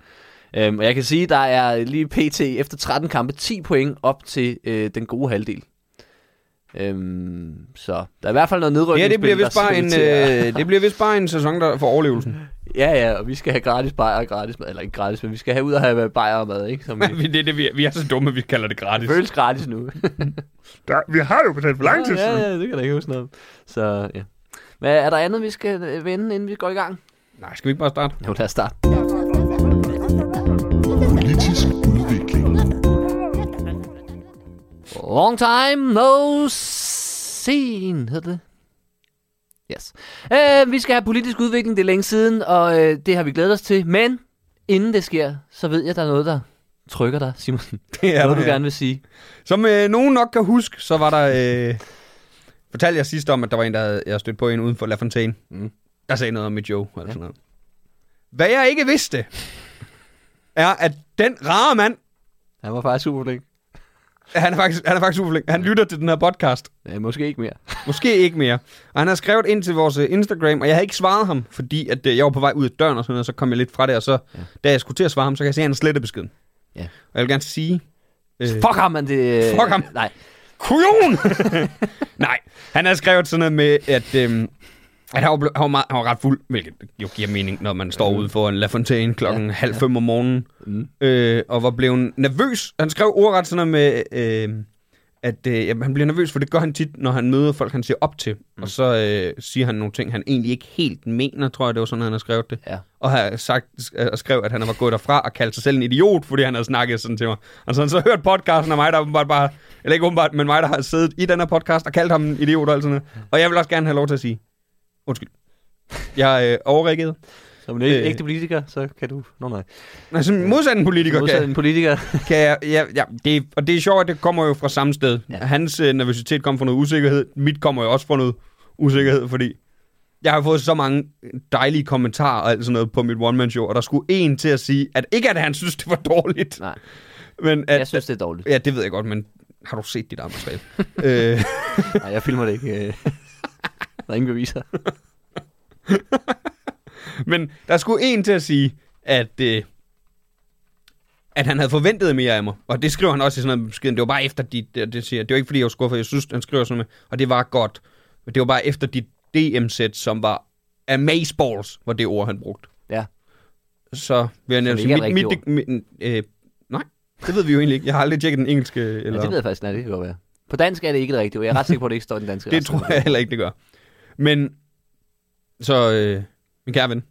S3: Øhm, og jeg kan sige, der er lige pt. efter 13 kampe 10 point op til øh, den gode halvdel. Øhm, så der er i hvert fald noget nedrykning.
S4: Ja, det bliver, vist bare en, øh, det bliver vist bare en sæson der for overlevelsen.
S3: Ja, ja, og vi skal have gratis bajer og gratis mad. Eller ikke gratis, men vi skal have ud og have bajer og mad, ikke? Som vi,
S4: det, er det, vi, vi er så dumme, at vi kalder det gratis.
S3: det føles gratis nu.
S4: Der, vi har jo betalt for
S3: ja, ja, det kan jeg da ikke huske noget om. Så ja. Men er der andet, vi skal øh, vende, inden vi går i gang?
S4: Nej, skal vi ikke bare starte?
S3: Jo, lad os starte.
S2: Politisk udvikling.
S3: Long time no seen, hedder det. Yes. Øh, vi skal have politisk udvikling, det er længe siden, og øh, det har vi glædet os til. Men inden det sker, så ved jeg, at der er noget, der trykker dig, Simon.
S4: Det
S3: Ja,
S4: er
S3: noget, du
S4: der, ja.
S3: gerne vil sige.
S4: Som øh, nogen nok kan huske, så var der... Øh, fortalte jeg sidst om, at der var en, der havde, jeg stødt på en uden for La Fontaine.
S3: Mm.
S4: Der sagde noget om mit joe, eller sådan noget. Hvad jeg ikke vidste, er, at den rare mand,
S3: Han var faktisk super flink.
S4: Han er faktisk, han er faktisk uforlængt. Han lytter til den her podcast.
S3: Ja, Øh, måske ikke mere.
S4: Måske ikke mere. Og han har skrevet ind til vores øh, Instagram, og jeg havde ikke svaret ham, fordi at, øh, jeg var på vej ud af døren og sådan noget, og så kom jeg lidt fra det, og så, ja. da jeg skulle til at svare ham, så kan jeg se, at han slettede beskeden.
S3: Ja.
S4: Og jeg vil gerne sige... Øh,
S3: Fuck ham, man det... øh,
S4: Fuck ham.
S3: Nej.
S4: Kujon! Nej, han har skrevet sådan noget med, at, øhm, at han, var ble- han, var meget, han var ret fuld, hvilket jo giver mening, når man står ude foran La Fontaine klokken Mm. ja, halv fem om morgenen,
S3: Mm.
S4: øh, og var blevet nervøs. Han skrev ordret sådan noget med, øh, at øh, jamen, han bliver nervøs, for det gør han tit, når han møder folk, han ser op til. Mm. Og så øh, siger han nogle ting, han egentlig ikke helt mener, tror jeg, det var sådan, han har skrevet det.
S3: Ja.
S4: Og har sagt, og skrev, at han var gået derfra og kaldte sig selv en idiot, fordi han havde snakket sådan til mig. Og så har han så hørt podcasten af mig, der åbenbart bare, eller ikke åbenbart, men mig, der har siddet i den her podcast og kaldt ham en idiot og alt sådan noget. Og jeg vil også gerne have lov til at sige, undskyld. Jeg øh, overreagerede.
S3: Som en ægte,
S4: Øh.
S3: ægte politiker, så kan du... Nå nej.
S4: Altså modsat en politiker,
S3: Modsat
S4: kan,
S3: en politiker.
S4: kan jeg, ja, ja, det, og det er sjovt, at det kommer jo fra samme sted.
S3: Ja.
S4: Ja. Hans øh, nervøsitet kommer fra noget usikkerhed, mit kommer jo også fra noget usikkerhed, fordi jeg har fået så mange dejlige kommentarer og alt sådan noget på mit one-man-show, og der skulle en til at sige, at ikke at han synes, det var dårligt,
S3: Nej,
S4: men at,
S3: jeg synes, det er dårligt.
S4: Ja, det ved jeg godt, men har du set dit arbejdsmateriale? øh,
S3: Nej, jeg filmer det ikke. øh. Der er ingen beviser.
S4: men der skulle en til at sige, at, øh, at han havde forventet mere af mig. Og det skriver han også i sådan noget beskeden. Det var bare efter dit... Det, det, siger, det var ikke, fordi jeg var skuffet. Jeg synes, han skriver sådan noget. med, Og det var godt. Men det var bare efter dit DM-sæt, som var amazeballs, var det ord, han brugte.
S3: Ja.
S4: Så vil jeg nævne
S3: ikke er
S4: sige, mit,
S3: et
S4: mit, mit, øh, nej, det ved vi jo egentlig ikke. Jeg har aldrig tjekket den engelske.
S3: Ja,
S4: Eller...
S3: det ved jeg faktisk, nej, det kan godt være. På dansk er det ikke det rigtige, og jeg er ret sikker på, at det ikke står i den danske
S4: Det tror jeg heller ikke, det gør. Men, så, øh, min kære ven.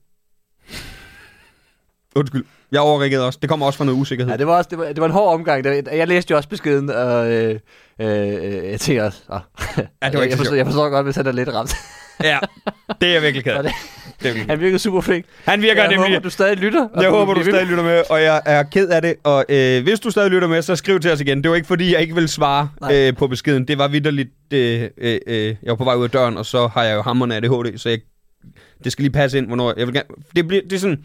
S4: Undskyld, jeg overreagerede også. Det kommer også fra noget usikkerhed.
S3: Ja, det var, også, det, var, det var en hård omgang. Det var- Jeg læste jo også beskeden, og øh, øh, øh, jeg tænker også... Oh.
S4: Ja, det var ikke
S3: jeg,
S4: så
S3: forstår,
S4: sjovt.
S3: jeg forstår godt, hvis han er lidt ramt.
S4: Ja, det er jeg virkelig ked af.
S3: Og
S4: Det
S3: det-
S4: er jeg virkelig.
S3: Han virkede super flink.
S4: Han virker
S3: jeg
S4: nemlig...
S3: håber, du stadig lytter. og
S4: Jeg håber, du
S3: bliver ved
S4: stadig lytter med, og jeg er ked af det. Og øh, hvis du stadig lytter med, så skriv til os igen. Det var ikke, fordi jeg ikke ville svare
S3: Nej.
S4: øh, på beskeden. Det var vidderligt. Øh, øh, øh, jeg var på vej ud af døren, og så har jeg jo hammerne af ADHD, så jeg, det skal lige passe ind, hvornår jeg vil gerne... Det, bliver, det er sådan...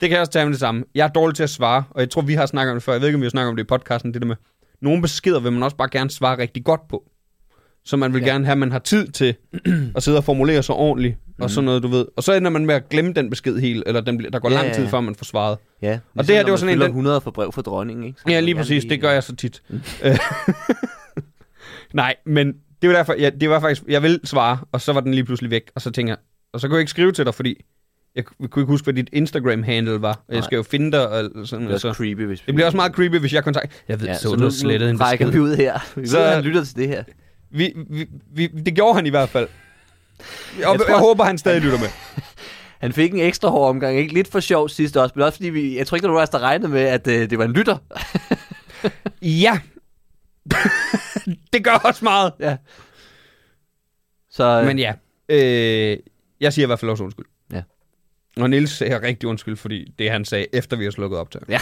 S4: Det kan jeg også tage med det samme. Jeg er dårlig til at svare, og jeg tror, vi har snakket om det før. Jeg ved ikke, om vi har snakket om det i podcasten, det der med... Nogle beskeder vil man også bare gerne svare rigtig godt på. Så man vil
S3: Ja.
S4: ja. gerne have, at man har tid til at sidde og formulere sig ordentligt, mm.
S3: Mhm.
S4: og sådan noget, du ved. Og så ender man med at glemme den besked helt, eller den, bliver- der går
S3: Ja,
S4: ja, lang
S3: ja,
S4: tid,
S3: ja.
S4: før man får svaret.
S3: Ja, og
S4: det her, det var sådan en, den-
S3: 100 for brev for dronningen, ikke? Så
S4: Ja,
S3: man
S4: lige
S3: gerne
S4: præcis.
S3: lige- Mm.
S4: Det gør jeg så tit. Øh, Nej, men det var derfor, ja, det var faktisk, jeg ville svare, og så var den lige pludselig væk, og så tænker jeg, og så kunne jeg ikke skrive til dig, fordi jeg ku- kunne ikke huske, hvad dit Instagram-handle var, og
S3: Nej.
S4: jeg skal jo finde dig, og sådan,
S3: Det er også
S4: så.
S3: creepy, hvis vi-
S4: Altså, Det bliver også meget creepy, hvis jeg kontakter... Jeg ved,
S3: Ja,
S4: ja,
S3: så,
S4: så,
S3: nu-
S4: du har
S3: nu
S4: slettet en
S3: rækker
S4: besked.
S3: vi ud her. Vi så...
S4: Så-
S3: ved, at han lytter til det her.
S4: Vi, vi, vi, det gjorde han i hvert fald. Jeg, jeg,
S3: tror-
S4: jeg håber, han stadig lytter med.
S3: Han fik en ekstra hård omgang, ikke? Lidt for sjov sidste også, men også fordi vi... Jeg tror ikke, der var nogen af os, der regnede med, at øh, det var en lytter.
S4: Ja. det gør også meget.
S3: ja. Så øh,
S4: Men ja, øh, jeg siger i hvert fald også undskyld.
S3: Ja.
S4: Og Nils siger rigtig undskyld, fordi det han sagde, efter vi har slukket op til.
S3: Ja.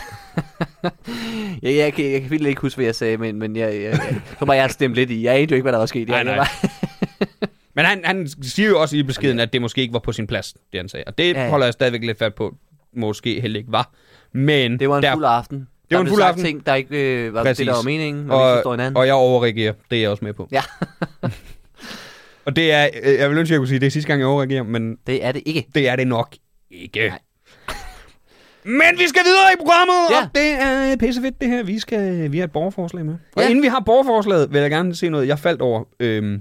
S3: ja, jeg, kan, jeg kan virkelig ikke huske, hvad jeg sagde, men, men jeg, jeg, jeg, så må jeg har stemt lidt i. Jeg anede jo ikke, hvad der var sket. Jeg,
S4: Nej, nej.
S3: Jeg var,
S4: Men han, han siger jo også i beskeden, at det måske ikke var på sin plads, det han sagde. Og det
S3: Ja, ja.
S4: ja. holder jeg stadigvæk lidt fat på, måske heller ikke var. Men
S3: det var en
S4: der-
S3: fuld aften. Det
S4: var en fuld aften.
S3: ting, der ikke øh, var det,
S4: Præcis.
S3: der var meningen, og, vi ikke forstår
S4: og,
S3: hinanden.
S4: og jeg overreagerer, det er jeg også med på.
S3: Ja.
S4: og det er, øh, jeg vil ønske, at jeg kunne sige, at det er sidste gang, jeg overreagerer, men
S3: Det er det ikke.
S4: det er det nok ikke. Nej. Men vi skal videre i programmet,
S3: Ja.
S4: ja. og det er pissefedt det her. Vi skal vi har et borgerforslag med. Og
S3: Ja.
S4: ja. inden vi har borgerforslaget, vil jeg gerne se noget, jeg faldt over. Øhm,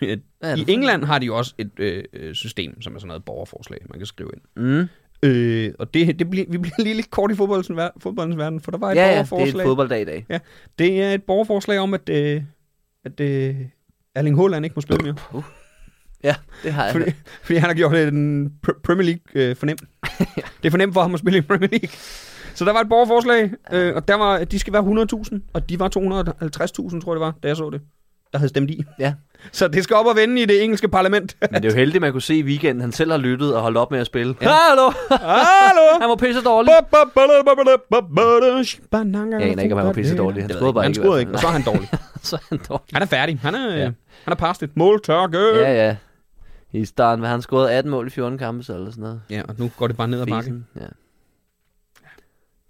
S4: et,
S3: Hvad er det
S4: I
S3: for
S4: England har de jo også et øh, øh, system, som er sådan noget borgerforslag, man kan skrive ind.
S3: Mm.
S4: Øh, og det, det bliver, vi bliver lige lidt kort i fodboldens, ver- fodboldens verden, for der var et
S3: Ja, ja,
S4: borgerforslag.
S3: det er en fodbolddag i dag.
S4: Ja, det er et borgerforslag om, at, øh, at øh, Erling Haaland ikke må spille mere.
S3: Ja, det har jeg.
S4: Fordi, fordi han har gjort det den pr- Premier League øh, fornem. Det er fornemt for ham at spille i Premier League. Så der var et borgerforslag, øh, og der var, de skal være 100.000, og de var 250.000, tror jeg det var, da jeg så det, der havde stemt i.
S3: Ja.
S4: Så det skal op og vende i det engelske parlament.
S3: Men det er jo heldigt, man kunne se i weekenden, han selv har lyttet og holdt op med at spille. Ja. Hallo!
S4: Hallo!
S3: Han var pisse dårlig.
S4: Jeg
S3: Jeg aner ikke, om han var pisse dårlig. Han scorede bare
S4: Han
S3: ikke i
S4: scorede
S3: hvert
S4: ikke, og
S3: fald.
S4: så er han dårlig.
S3: Så er han dårlig.
S4: Han er færdig. Han er,
S3: Ja.
S4: ja. han er past et mål tørke.
S3: Ja, ja. I starten, hvad han scorede 18 mål i 14 kampe, så eller sådan noget.
S4: ja, og nu går det bare ned ad bakken.
S3: Fisen, ja.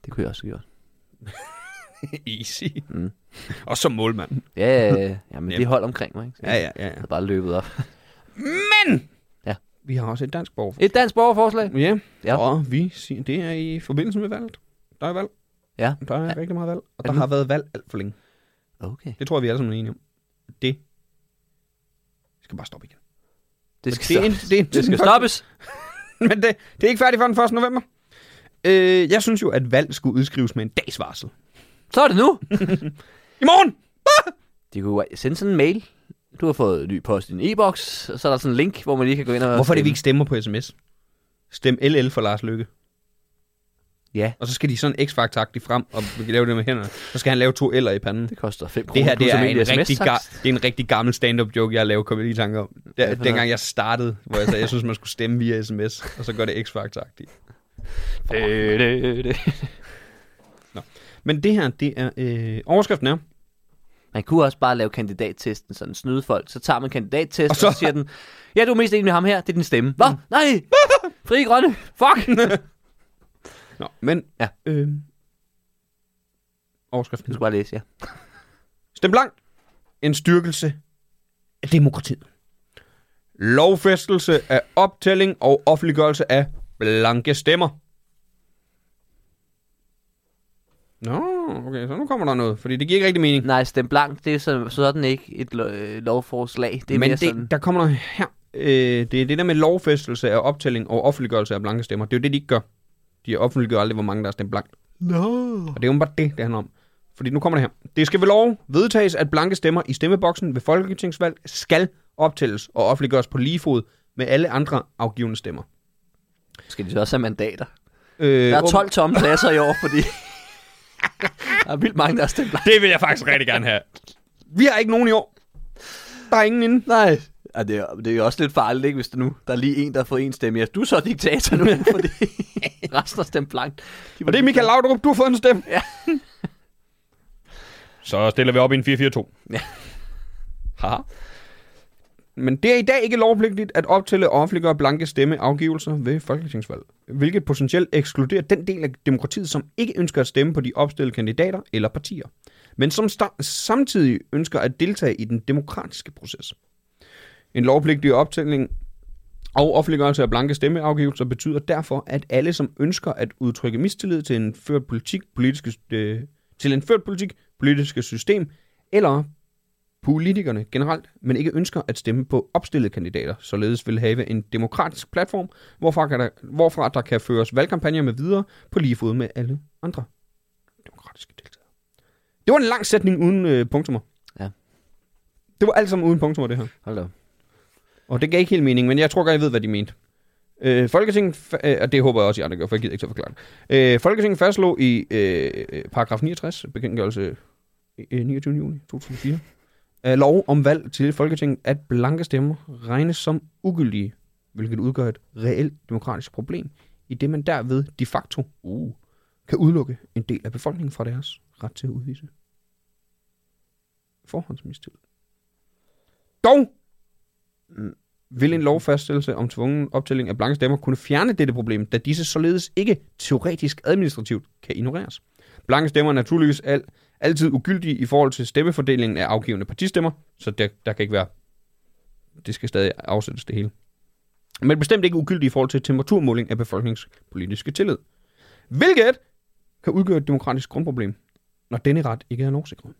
S3: Det kunne jeg også have gjort.
S4: Easy.
S3: Mm.
S4: Og som målmand.
S3: Ja, ja, ja. ja men det
S4: Nemt.
S3: er hold omkring mig, ikke? Så
S4: Ja, ja, ja. ja.
S3: Jeg havde bare løbet op.
S4: Men!
S3: Ja.
S4: Vi har også et dansk borger.
S3: Et dansk borgerforslag.
S4: Ja.
S3: Ja.
S4: ja. Og vi siger, det er i forbindelse med valget. Der er valg.
S3: Ja.
S4: Der er rigtig meget valg. Og
S3: Er
S4: der
S3: det
S4: har været valg alt for længe.
S3: Okay.
S4: Det tror jeg, vi alle sammen er enige om. Det skal bare stoppe igen.
S3: Det
S4: Men
S3: skal,
S4: det er en-
S3: stoppes.
S4: det er en-
S3: det skal stoppes.
S4: Men det, det er ikke færdigt før den 1. november. Øh, jeg synes jo, at valg skulle udskrives med en dags varsel.
S3: Så er det nu.
S4: I morgen!
S3: De kunne sende sådan en mail. Du har fået ny post i en e-boks, og så er der sådan en link, hvor man lige kan gå ind og...
S4: Hvorfor er det, vi ikke stemmer på sms? Stem LL for Lars Lykke.
S3: Ja.
S4: Og så skal de sådan x faktor frem, og vi kan lave det med hænderne. Så skal han lave to L'er i panden.
S3: Det koster 5 kroner.
S4: Det her,
S3: plus
S4: det er, en
S3: almindelig
S4: rigtig
S3: SMS-takst.
S4: ga- det er en rigtig gammel stand-up joke, jeg lavede, kom jeg lige i tanke om.
S3: er
S4: Der,
S3: det for
S4: dengang jeg startede, hvor jeg sagde, jeg synes, man skulle stemme via sms, og så gør det x faktor
S3: Øh, det- det-
S4: Men det her, det er... Øh, overskriften er...
S3: Man kunne også bare lave kandidattesten, sådan snyde folk. Så tager man kandidattesten, og
S4: Og
S3: så,
S4: så-
S3: og så siger den, ja, du er mest enig med ham her, det er din stemme. Hvad? Mm. Nej! Fri Grønne! Fuck!
S4: Nå, men...
S3: Ja.
S4: Øh,
S3: Du
S4: overskriften.
S3: skal bare læse, ja.
S4: Stem blankt. En styrkelse af demokratiet. Lovfæstelse af optælling og offentliggørelse af blanke stemmer. Nå, okay, så nu kommer der noget, fordi det giver ikke rigtig mening.
S3: Nej, stem blank, det er så- sådan ikke et lo- øh, lovforslag. Det er
S4: Men
S3: mere
S4: det,
S3: sådan...
S4: der kommer noget her. Øh, det er det der med lovfæstelse af optælling og offentliggørelse af blanke stemmer. Det er jo det, de ikke gør. De offentliggør aldrig, hvor mange der er stemt blankt. No. Og det er jo bare det, det handler om. Fordi nu kommer det her. Det skal ved lov vedtages, at blanke stemmer i stemmeboksen ved folketingsvalg skal optælles og offentliggøres på lige fod med alle andre afgivende stemmer.
S3: Skal de så også have mandater?
S4: Øh,
S3: Der er
S4: åben-
S3: 12 tomme pladser i år, fordi... der er vildt mange, der er stemt blank.
S4: Det vil jeg faktisk rigtig gerne have. Vi har ikke nogen i år. Der er ingen inde.
S3: Nej. Ja, det, er, det er jo også lidt farligt, ikke, hvis der nu der er lige en, der har fået en stemme. Ja, du er så diktator nu, fordi resten har stemt blankt. De var
S4: Og det er Michael Laudrup, du har fået en stemme.
S3: Ja.
S4: Så stiller vi op i en 4-4-2.
S3: Ja.
S4: Haha. Men det er i dag ikke lovpligtigt at optælle og offentliggøre blanke stemmeafgivelser ved folketingsvalg, hvilket potentielt ekskluderer den del af demokratiet, som ikke ønsker at stemme på de opstillede kandidater eller partier, men som sta- samtidig ønsker at deltage i den demokratiske proces. En lovpligtig optælling og offentliggørelse af blanke stemmeafgivelser betyder derfor, at alle, som ønsker at udtrykke mistillid til en ført politik, politiske, øh, til en ført politik, politiske system, eller politikerne generelt, men ikke ønsker at stemme på opstillede kandidater, således vil have en demokratisk platform, hvorfra, kan der, hvorfra der kan føres valgkampagner med videre på lige fod med alle andre demokratiske deltagere. Det var en lang sætning uden øh, punktummer.
S3: Ja.
S4: Det var alt sammen uden punktummer, det her.
S3: Hold da op.
S4: Og det gav ikke helt mening, men jeg tror godt, jeg ved, hvad de mente. Øh, Folketinget, fa- øh, og det håber jeg også, I andre gør, for jeg gider ikke så forklare det. Øh, Folketinget fastslog i øh, øh, paragraf 69, bekendtgørelse øh, 29. juni 2004, af øh, lov om valg til Folketinget, at blanke stemmer regnes som ugyldige, hvilket udgør et reelt demokratisk problem, i det man derved de facto uh, kan udelukke en del af befolkningen fra deres ret til at udvise forhåndsmistillid. Dog vil en lovfaststillelse om tvungen optælling af blanke stemmer kunne fjerne dette problem, da disse således ikke teoretisk administrativt kan ignoreres. Blanke stemmer er naturligvis al, altid ugyldige i forhold til stemmefordelingen af afgivende partistemmer, så der, der kan ikke være... Det skal stadig afsættes det hele. Men bestemt ikke ugyldige i forhold til temperaturmåling af befolkningspolitiske tillid. Hvilket kan udgøre et demokratisk grundproblem, når denne ret ikke er lovsikret.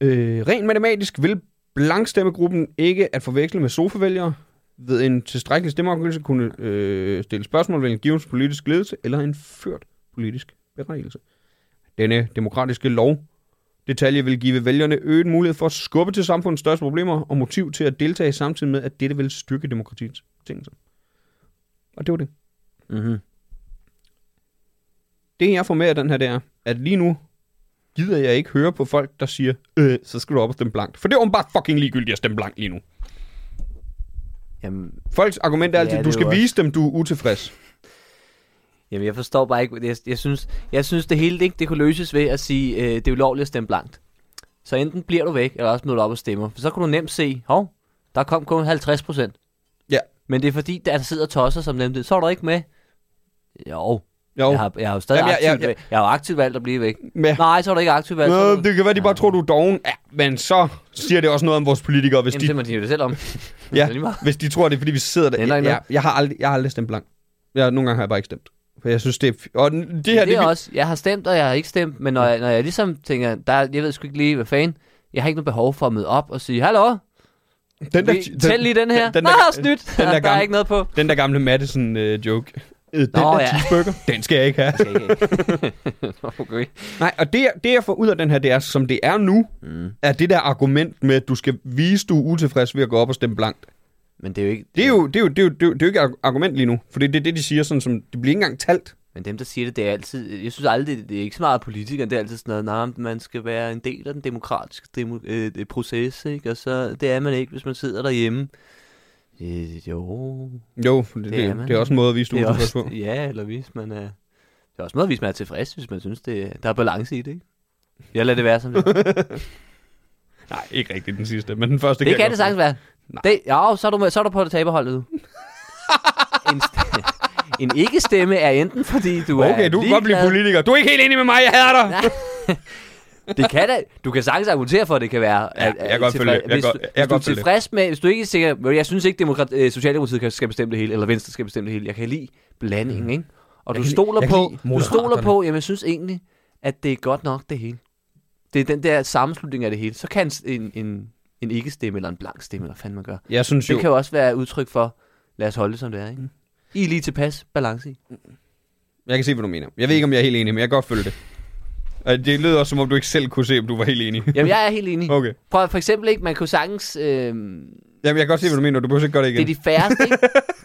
S4: Øh, rent matematisk vil blankstemmegruppen ikke at forveksle med sofavælgere. Ved en tilstrækkelig stemmeafgivelse kunne øh, stille spørgsmål ved en given politisk ledelse eller en ført politisk beregnelse. Denne demokratiske lov detalje vil give vælgerne øget mulighed for at skubbe til samfundets største problemer og motiv til at deltage samtidig med, at dette vil styrke demokratiets betingelser. Og det var det.
S3: Mm-hmm.
S4: Det jeg får med af den her, det er, at lige nu gider jeg ikke høre på folk, der siger, øh, så skal du op og stemme blankt. For det er åbenbart fucking ligegyldigt at stemme blankt lige nu.
S3: Jamen,
S4: Folks argument er
S3: Ja,
S4: altid,
S3: det er
S4: du skal
S3: jo
S4: vise dem, du er utilfreds.
S3: Jamen, jeg forstår bare ikke. Jeg, jeg, synes, jeg synes, det hele det, det kunne løses ved at sige, øh, det er ulovligt at stemme blankt. Så enten bliver du væk, eller også møder du op og stemmer. For så kunne du nemt se, hov, der kom kun 50 procent.
S4: Ja.
S3: Men det er fordi, der sidder tosser som dem. det- Så er du ikke med. Jo,
S4: Jo.
S3: Jeg har, jeg har jo stadig
S4: Jamen, jeg-
S3: aktivt,
S4: jeg-
S3: jeg, jeg, jeg har jo aktivt valgt at blive væk.
S4: Men,
S3: Nej, så er du ikke aktivt valgt. så er
S4: Nå,
S3: du-
S4: det kan være, de bare tror, du er doven. Ja, men så siger det også noget om vores politikere, hvis,
S3: Jamen, det
S4: de,
S3: må de jo det selv om.
S4: Ja.
S3: Lige meget.
S4: hvis de tror, det er, fordi vi sidder
S3: Det
S4: der.
S3: ændrer
S4: Jeg,
S3: ikke
S4: jeg, jeg, har aldrig, jeg har aldrig stemt blank. Jeg, nogle gange har jeg bare ikke stemt. For jeg synes, det er... f- Og den- det her,
S3: Det,
S4: det,
S3: det er
S4: vi-
S3: også, jeg har stemt, og jeg har ikke stemt, men når jeg, når jeg ligesom tænker, der, er- jeg ved sgu ikke lige, hvad fanden, jeg har ikke noget behov for at møde op og sige, hallo,
S4: den, der,
S3: vi- tæl lige den her.
S4: den- den
S3: Nå,
S4: der-
S3: snydt,
S4: den der
S3: der er
S4: gamle-
S3: ikke noget på.
S4: den der gamle Madison-joke. Øh, den
S3: Nå,
S4: der
S3: ja.
S4: cheeseburger, den skal jeg ikke have.
S3: okay.
S4: Nej, og det, det jeg får ud af den her, det er, som det er nu,
S3: Mm.
S4: er det der argument med, at du skal vise, du er utilfreds ved at gå op og stemme blankt.
S3: Men det er jo ikke...
S4: Det er jo, det er jo, det er jo, det er jo, det er jo ikke et argument lige nu, for det det er det, de siger, sådan som, det bliver ikke engang talt.
S3: Men dem, der siger det, det er altid... Jeg synes aldrig, det, det er ikke så meget politikere, det er altid sådan noget, nej, men man skal være en del af den demokratiske demo, øh, øh, proces, ikke? Og så, det er man ikke, hvis man sidder derhjemme. Øh, jo...
S4: Jo, for det,
S3: Det er
S4: det, er,
S3: man.
S4: det er også en måde at vise, du
S3: det
S4: er
S3: er
S4: utilfreds
S3: også,
S4: på.
S3: ja, eller hvis man er... Det er også en måde at vise, man er tilfreds, hvis man synes, det er, der er balance i det, ikke? Jeg lader det være som det er.
S4: Nej, ikke rigtigt den sidste, men den første
S3: Det, det kan
S4: jeg godt-
S3: det sagtens være.
S4: Nej.
S3: Det, jo, så er, du, med- så er du på det taberholdet. du. en, st- en ikke-stemme er enten, fordi du er
S4: Okay, du kan godt blive
S3: ligeglad-
S4: politiker. Du er ikke helt enig med mig, jeg hader dig.
S3: Det kan da, du kan sagtens argumentere for, at det kan være.
S4: Ja, jeg kan godt følge det. Jeg
S3: hvis,
S4: kan
S3: du-
S4: godt- jeg
S3: hvis
S4: kan
S3: du er
S4: godt følge det.
S3: tilfreds med, hvis du ikke er sikker, "Well, jeg synes ikke, demokrat, øh, Socialdemokratiet kan- skal bestemme det hele, eller Venstre skal bestemme det hele. Jeg kan lide blandingen, ikke? Og
S4: Mm. Jeg
S3: du
S4: kan lide-
S3: stoler,
S4: jeg kan
S3: på,
S4: lide
S3: du stoler
S4: Moderaterne.
S3: på, jamen jeg synes egentlig, at det er godt nok det hele. Det er den der sammenslutning af det hele. Så kan en, en, en ikke-stemme, eller en blank stemme, eller hvad fanden man gør.
S4: Jeg synes jo,
S3: Det kan jo også være udtryk for, lad os holde det, som det er,
S4: Mm.
S3: ikke? I er lige tilpas balance i.
S4: jeg kan se, hvad du mener. Jeg ved ikke, om jeg er helt enig, men jeg kan godt følge det. Og det lyder også, som om du ikke selv kunne se, om du var helt enig.
S3: Jamen, jeg er helt enig.
S4: Okay.
S3: Prøv, at- for eksempel ikke, man kunne sagtens... Øh,
S4: Jamen, jeg kan godt se, hvad du mener. Du behøver ikke gøre det igen.
S3: Det er de færreste, ikke?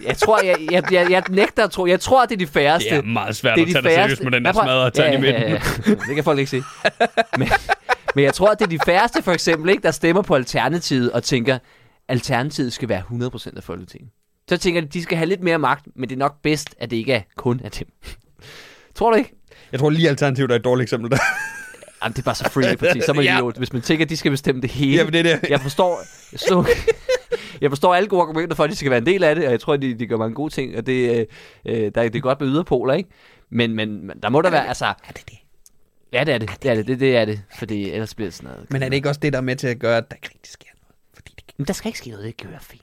S3: Jeg tror, jeg, jeg, jeg, jeg nægter at tro. Jeg tror, det er de færreste.
S4: Det er meget svært
S3: det
S4: at tage dig seriøst med den der
S3: Ja, prøv-
S4: smadre tand i midten.
S3: ja. Det kan folk ikke se. Men, men jeg tror, det er de færreste, for eksempel, ikke, der stemmer på Alternativet og tænker, Alternativet skal være 100% af Folketinget. Så tænker de, de skal have lidt mere magt, men det er nok bedst, at det ikke er kun af dem. Tror du ikke?
S4: Jeg tror lige, alternativet er et dårligt eksempel der.
S3: Jamen, det er bare så free et parti. Så er man
S4: Ja.
S3: idiot, hvis man tænker, at de skal bestemme det hele.
S4: Jamen, det er det.
S3: Jeg forstår, jeg, så, jeg forstår alle gode argumenter for, at de skal være en del af det, og jeg tror, at de, de gør mange gode ting, og det, øh, øh, der, det er godt med yderpoler, ikke? Men, men men der må der være, altså... Er det det? Ja, det er det. Det er det. Det, det er det. Fordi ellers bliver det sådan noget.
S4: Men er det ikke også det, der er med til at gøre, at der ikke rigtig sker noget? Fordi det
S3: Men der skal ikke ske noget, det gør jeg fint.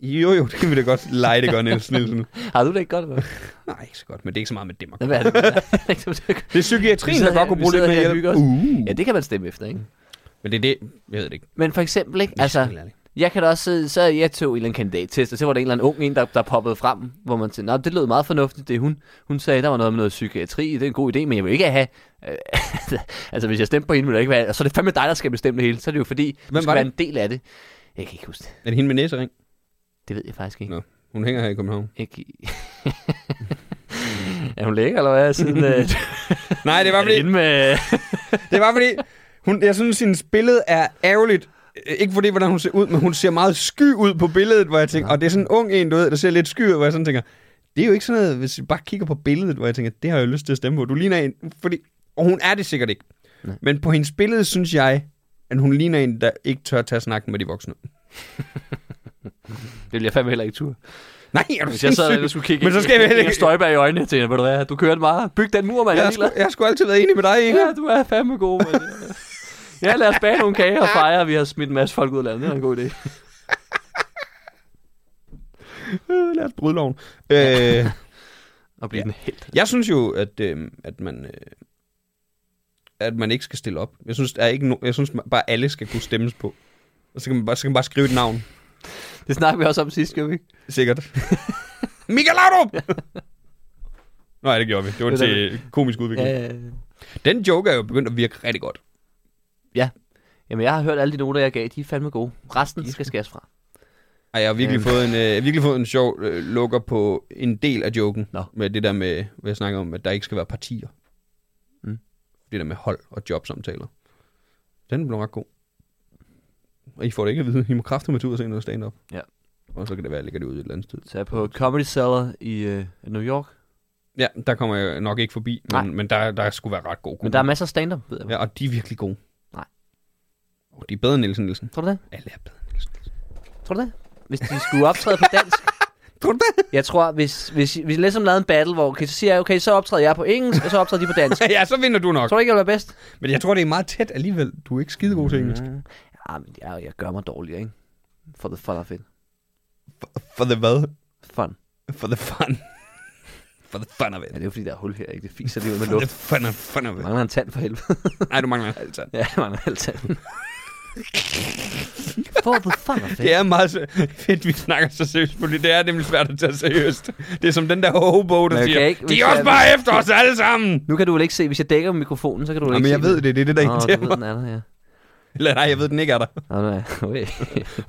S4: Jo, jo, det kan vi da godt lege, det gør Niels Nielsen.
S3: Har du det ikke godt? Eller?
S4: Nej, ikke så godt, men det er ikke så meget med demokrati.
S3: hvad? Hvad er det? Hvad?
S4: Det er psykiatrien, der godt kunne bruge lidt mere hjælp.
S3: Uh. Ja, det kan man stemme efter, ikke?
S4: Men det er det, jeg ved det ikke.
S3: Men for eksempel, ikke?
S4: Det er
S3: Altså,
S4: helt ærligt.
S3: Jeg kan da også, øh, så jeg tog en eller anden kandidattest, og så var der en eller anden ung en, der, der poppede frem, hvor man tænkte, "Nå, det lød meget fornuftigt, det hun. Hun sagde, der var noget med noget psykiatri, det er en god idé, men jeg vil ikke have, øh, altså hvis jeg stemte på hende, ville det ikke være, og så er det fandme dig, der skal bestemme det hele, så er det jo fordi, du
S4: Hvem
S3: skal
S4: var
S3: være en
S4: det?
S3: del af det. Jeg kan ikke huske det,
S4: er det hende med næsering?
S3: det ved jeg faktisk ikke.
S4: Nå. Hun hænger her i København.
S3: ikke. er hun lækker, eller hvad, siden øh,
S4: Nej, det var fordi,
S3: inde med...
S4: det var fordi hun, jeg synes, hendes billede er ærgerligt. Øh, Ikke fordi, hvordan hun ser ud, men hun ser meget sky ud på billedet, hvor jeg tænker, og det er sådan en ung en, du ved, der ser lidt sky ud, hvor jeg sådan tænker, det er jo ikke sådan noget, hvis jeg bare kigger på billedet, hvor jeg tænker, det har jeg jo lyst til at stemme på. Du ligner en, fordi, og hun er det sikkert ikke.
S3: Nej.
S4: Men på hendes billede synes jeg, at hun ligner en, der ikke tør tage snakken med de voksne.
S3: det vil jeg fandme heller ikke tur.
S4: Nej, er du
S3: Hvis jeg sad
S4: sindssyg?
S3: der, og skulle kigge
S4: Men så skal vi heller
S3: Inger
S4: ikke...
S3: Støjberg i øjnene til, ved du hvad, du kørte meget. Byg den mur,
S4: Jeg
S3: mand, jeg er
S4: har,
S3: ligeglad.
S4: sgu, jeg har sgu altid været enig med dig, Inger.
S3: Ja, du er fandme god, mand. Ja, lad os bage nogle kager og fejre, at vi har smidt en masse folk ud af landet. Det er en god idé.
S4: Øh, Lad os bryde loven. Øh,
S3: Og blive ja. en helt.
S4: jeg synes jo, at, øh, at man... Øh, at man ikke skal stille op. Jeg synes, der er ikke no- jeg synes man- bare, alle skal kunne stemmes på. Og så kan man bare, så kan man bare skrive et navn.
S3: Det snakker vi også om sidst, skal vi ikke?
S4: Sikkert. Michael Laudrup! Nej, det gjorde vi. Det var
S3: Det er
S4: til komisk udvikling.
S3: Ja.
S4: Den joke er jo begyndt at virke rigtig godt.
S3: Jamen, jeg har hørt alle de noter, jeg gav. De er fandme gode. Resten de skal skæres fra.
S4: Ej, jeg har virkelig,
S3: Øhm.
S4: fået en, øh, jeg har virkelig fået en sjov øh, lukker på en del af joken.
S3: Nå.
S4: Med det der med, hvad jeg snakker om, at der ikke skal være partier.
S3: Mm.
S4: Det der med hold og jobsamtaler. Den blev ret god. Og I får det ikke at vide. I må kræfte med tur og se noget stand-up.
S3: Ja.
S4: Og så kan det være, at jeg lægger det ud et eller andet sted.
S3: Så jeg er på Comedy Cellar i øh, New York.
S4: Ja, der kommer jeg nok ikke forbi,
S3: Nej.
S4: men, men der, der skulle være ret god.
S3: Men der er masser af stand-up, ved jeg. Ja.
S4: Ja, og de er virkelig gode.
S3: Nej.
S4: Og de er bedre end Nielsen Nielsen.
S3: Tror du det?
S4: Alle er bedre end Nielsen Nielsen.
S3: Tror du det? Hvis de skulle optræde på dansk.
S4: Tror du det?
S3: Jeg tror, hvis, hvis, hvis vi ligesom lavede en battle, hvor okay, så siger jeg, okay, så optræder jeg på engelsk, og så optræder de på dansk.
S4: ja, så vinder du nok.
S3: Tror du ikke, jeg vil være bedst?
S4: Men jeg tror, det er meget tæt alligevel. Du er ikke skide god til engelsk.
S3: Mm. Ja, men jeg, jeg gør mig dårligere, ikke? For the fun of it.
S4: For the hvad?
S3: Fun.
S4: For the fun. For the fun of it.
S3: Ja, det er jo fordi, der er hul her, ikke? Det fiser lige ud med
S4: For the
S3: luft.
S4: fun of, fun of it.
S3: Jeg mangler en tand for helvede.
S4: Nej, du mangler altså.
S3: Ja, jeg mangler altid. For the fun of
S4: Det er meget se- fedt, vi snakker så seriøst på det. Det er nemlig svært at tage seriøst. Det er som den der hobo, der
S3: Men jeg
S4: siger,
S3: kan ikke-
S4: de
S3: hvis
S4: er også
S3: jeg-
S4: bare efter os alle sammen.
S3: Nu kan du vel ikke se, hvis jeg dækker mikrofonen, så kan du vel ikke se
S4: det. Det er det,
S3: Nå, du ved, den er der, ja.
S4: Eller nej, jeg ved, den ikke er der.
S3: Nå, nej. Okay.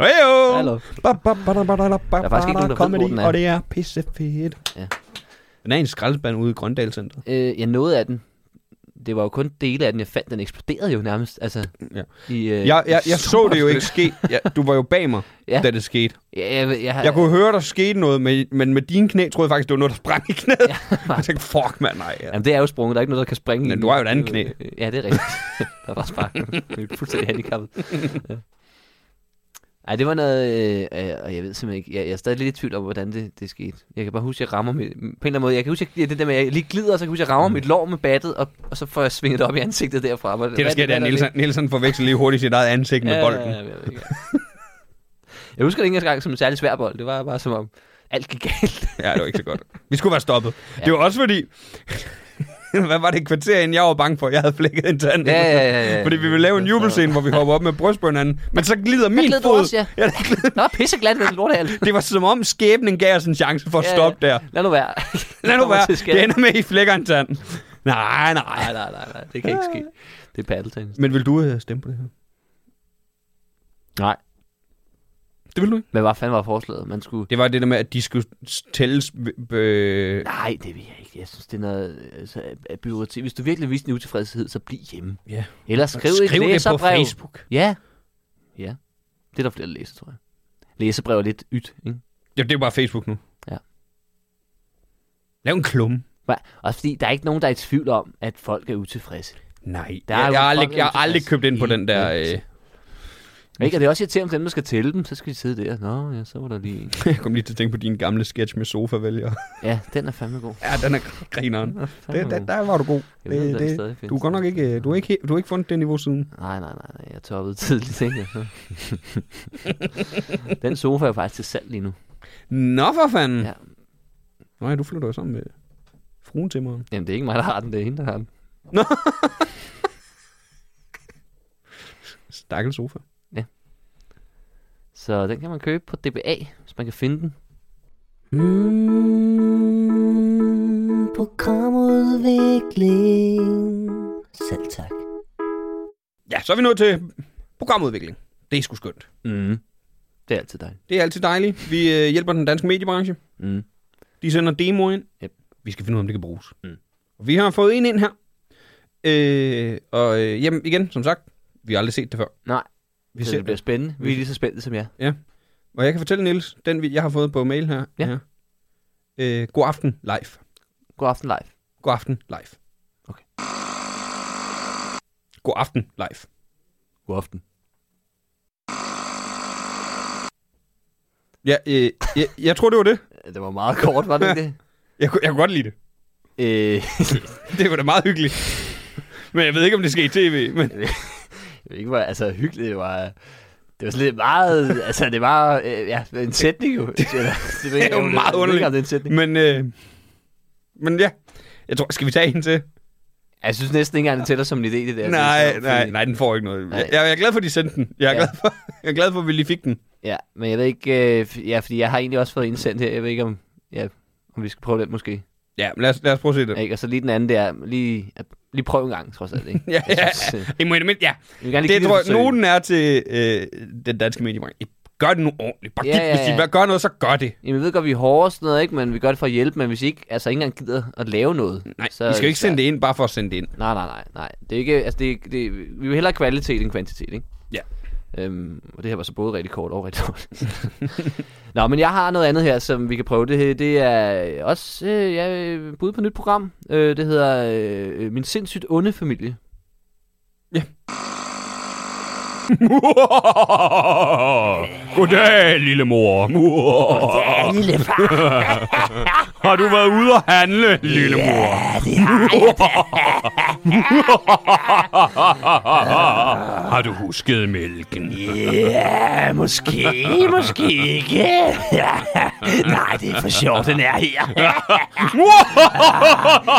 S4: Heyo!
S3: Hallo.
S4: Ba, ba, ba, da, ba, da, da, ba,
S3: Der er faktisk ikke
S4: ba,
S3: nogen,
S4: da,
S3: der ved, hvor den er.
S4: Og det er pisse fedt.
S3: Ja.
S4: Den er i en skraldespand ude i Grøndal Center.
S3: Øh, ja, noget af den. Det var jo kun dele af den, jeg fandt. Den eksploderede jo nærmest. Altså,
S4: Ja.
S3: i, øh,
S4: Jeg, jeg,
S3: i
S4: jeg så
S3: super-
S4: det jo ikke ske. Jeg, du var jo bag mig,
S3: Ja.
S4: da det skete.
S3: Ja, jeg, jeg, jeg,
S4: Jeg kunne høre, der skete noget, men, men med dine knæ troede jeg faktisk, det var noget, der sprang i knæet. Ja. Jeg tænkte, fuck mand, nej. Ja.
S3: Jamen, det er jo sprunget. Der er ikke noget, der kan springe.
S4: Men
S3: i.
S4: du har jo et andet knæ.
S3: Øh, Ja, det er rigtigt. der var sparket. Jeg er fuldstændig handicappet. Ja. Ej, det var noget... Øh, øh, og jeg ved simpelthen ikke... Jeg, jeg er stadig lidt i tvivl om, hvordan det, det skete. Jeg kan bare huske, at jeg rammer mit... På en eller anden måde... Jeg kan huske, at jeg, det der med, at jeg lige glider, og så kan jeg huske, at jeg
S4: Mm.
S3: rammer mit lår med battet, og, og så får jeg svinget op i ansigtet derfra. Hvad-
S4: Det, der
S3: hvad-
S4: sker, det er,
S3: hvad
S4: at Nielsen, Nielsen forveksler lige hurtigt sit eget ansigt med
S3: Ja,
S4: bolden.
S3: ja, ja, jeg ved ikke. Jeg husker det ikke engang som en særlig svær bold. Det var bare som om, alt gik galt.
S4: Ja, det var ikke så godt. Vi skulle være stoppet. Ja. Det var også fordi... Hvad var det et kvarter, inden jeg var bange for, at jeg havde flækket en tand?
S3: Ja, ja, ja, ja.
S4: Fordi vi ville lave en jubelscene, hvor vi hopper op med bryst på hinanden. Men så glider min
S3: glider du
S4: fod.
S3: også, ja.
S4: ja det, glider.
S3: Nå, pisseglat, den lort alt.
S4: det var som om skæbnen gav os en chance for at
S3: Ja, ja.
S4: stoppe der.
S3: Lad nu være.
S4: Lad nu
S3: Kommer
S4: være.
S3: til skade.
S4: Det ender med, at I flækker en tand. Nej, nej.
S3: Nej, nej, nej, nej. Det kan ikke ske. Det er paddeltennis.
S4: Men vil du øh, stemme på det her?
S3: Nej.
S4: Det vil du ikke.
S3: Men hvad fanden var forslaget? Man skulle...
S4: Det var det der med, at de skulle s- tælles... b- Øh,
S3: Nej, det vil jeg ikke. Jeg synes, det er noget altså, af byråkrati. Hvis du virkelig viser en utilfredshed, så bliv hjemme.
S4: Ja.
S3: Eller skriv,
S4: skriv
S3: et
S4: det på
S3: læserbrev.
S4: Facebook.
S3: Ja. Ja. Det er der flere, der læser, tror jeg. Læserbrev er lidt ydt, ikke?
S4: Ja, det er bare Facebook nu.
S3: Ja.
S4: Lav en klumme.
S3: Hva- Også fordi, der er ikke nogen, der er i tvivl om, at folk er utilfredse.
S4: Nej.
S3: Der
S4: Der
S3: er
S4: jeg,
S3: jo
S4: jeg, har aldrig,
S3: folk
S4: jeg har aldrig
S3: utilfredse
S4: købt ind på
S3: hele
S4: den der...
S3: tiden.
S4: Øh,
S3: Ikke? Og det er også irriterende for dem, der skal tælle dem. Så skal de sidde der. Nå, ja, så var der lige en.
S4: øh, jeg kom lige til at tænke på din gamle sketch med sofavælger.
S3: Ja, den er fandme god.
S4: ja, den er gr- grineren.
S3: Den er fandme
S4: Det, der,
S3: god.
S4: der var du god.
S3: Jeg ved,
S4: Det,
S3: den
S4: det,
S3: stadig findes.
S4: du er godt nok ikke... øh, Du har ikke, he- du har ikke fundet det niveau siden.
S3: Nej, nej, nej, nej. Jeg toppede tidligt, ikke? Altså. den sofa er faktisk til salg lige nu.
S4: Nå for fanden.
S3: Ja.
S4: Ja. Nå ja, du flytter jo sammen med fruentimmeren.
S3: Jamen, det er ikke mig, der har den. Det er hende, der har den.
S4: Stakkel sofa.
S3: Så den kan man købe på DBA, hvis man kan finde den.
S6: Mm, programudvikling. Selv tak.
S4: Ja, så er vi nået til programudvikling. Det er sgu skønt.
S3: Mm. Det er altid dejligt.
S4: Det er altid dejligt. Vi øh, hjælper den danske mediebranche.
S3: Mm.
S4: De sender demo ind.
S3: Yep.
S4: Vi skal finde ud af, om det kan bruges.
S3: Mm.
S4: Og vi har fået en ind her. Øh, og øh, jamen, igen, som sagt, vi har aldrig set det før.
S3: Nej,
S4: Vi
S3: så
S4: ser
S3: det bliver
S4: det.
S3: spændende. Vi er lige så spændte som jeg.
S4: Og jeg kan fortælle, Niels, den vi- jeg har fået på mail her.
S3: Ja.
S4: her. Øh, god aften live.
S3: God aften live.
S4: God aften live.
S3: Okay.
S4: God aften live.
S3: God aften.
S4: Ja, øh, jeg, jeg tror, det var det.
S3: Øh, Det var meget kort, var det ikke det?
S4: Jeg, kunne- jeg kunne godt lide det.
S3: øh,
S4: Det var da meget hyggeligt. Men jeg ved ikke, om det skal i tv. Men
S3: jeg ved ikke, hvor altså, hyggeligt det var. Det var sådan lidt meget, altså det var, øh, ja, en sætning jo. Det, det,
S4: er jo meget underligt.
S3: Det er en sætning.
S4: Men, øh, men ja, jeg tror, skal vi tage en til?
S3: Jeg synes næsten ikke engang, det tæller som en idé, det der. Det er
S4: Nej,
S3: sjovt,
S4: nej,
S3: fordi-
S4: nej, den får ikke noget.
S3: Nej.
S4: Jeg, jeg er glad for, at de sendte den. Jeg er,
S3: Ja.
S4: ja. glad for, jeg er glad for, at vi lige fik den.
S3: Ja, men jeg ved ikke, øh, f- ja, fordi jeg har egentlig også fået indsendt her. Jeg ved ikke, om, ja, om vi skal prøve den måske.
S4: Ja, men lad os, lad os prøve at se
S3: Ja.
S4: det.
S3: Ikke? Og så lige den anden der, lige, at- lige prøv en gang, trods alt. Ikke?
S4: Ja, ja,
S3: Jeg synes, øh,
S4: I må i det mindste- ja.
S3: jeg vil gerne lige
S4: Det
S3: give
S4: tror
S3: et
S4: jeg,
S3: forsøg.
S4: nogen er til øh, den danske mediebranche. Gør det nu ordentligt. Bare
S3: Ja,
S4: ja, ja,
S3: ja,
S4: ja. Hvis
S3: ja.
S4: de hvad gør noget, så gør det.
S3: Jamen, jeg ved godt, vi er hårde og sådan noget, ikke? men vi gør det for at hjælpe. Men hvis I ikke, altså, ikke engang gider at lave noget.
S4: Nej, så, vi skal jo ikke sende det ind, bare for at sende det ind.
S3: Nej, nej, nej. nej. Det er ikke, altså, det, er- det, vi vil hellere have kvalitet end kvantitet, ikke?
S4: Ja.
S3: Øhm, og det her var så både rigtig kort og rigtig kort. Nå, men jeg har noget andet her, som vi kan prøve. Det, her- det er også øh, ja, øh, bud på et nyt program. Øh, det hedder øh, Min sindssygt onde familie.
S7: Goddag, lille mor.
S6: Ja, lille far.
S7: Har du været ude at handle, lille mor? Har du husket mælken?
S6: Ja, måske, måske ikke. Nej, det er for sjovt, den er her.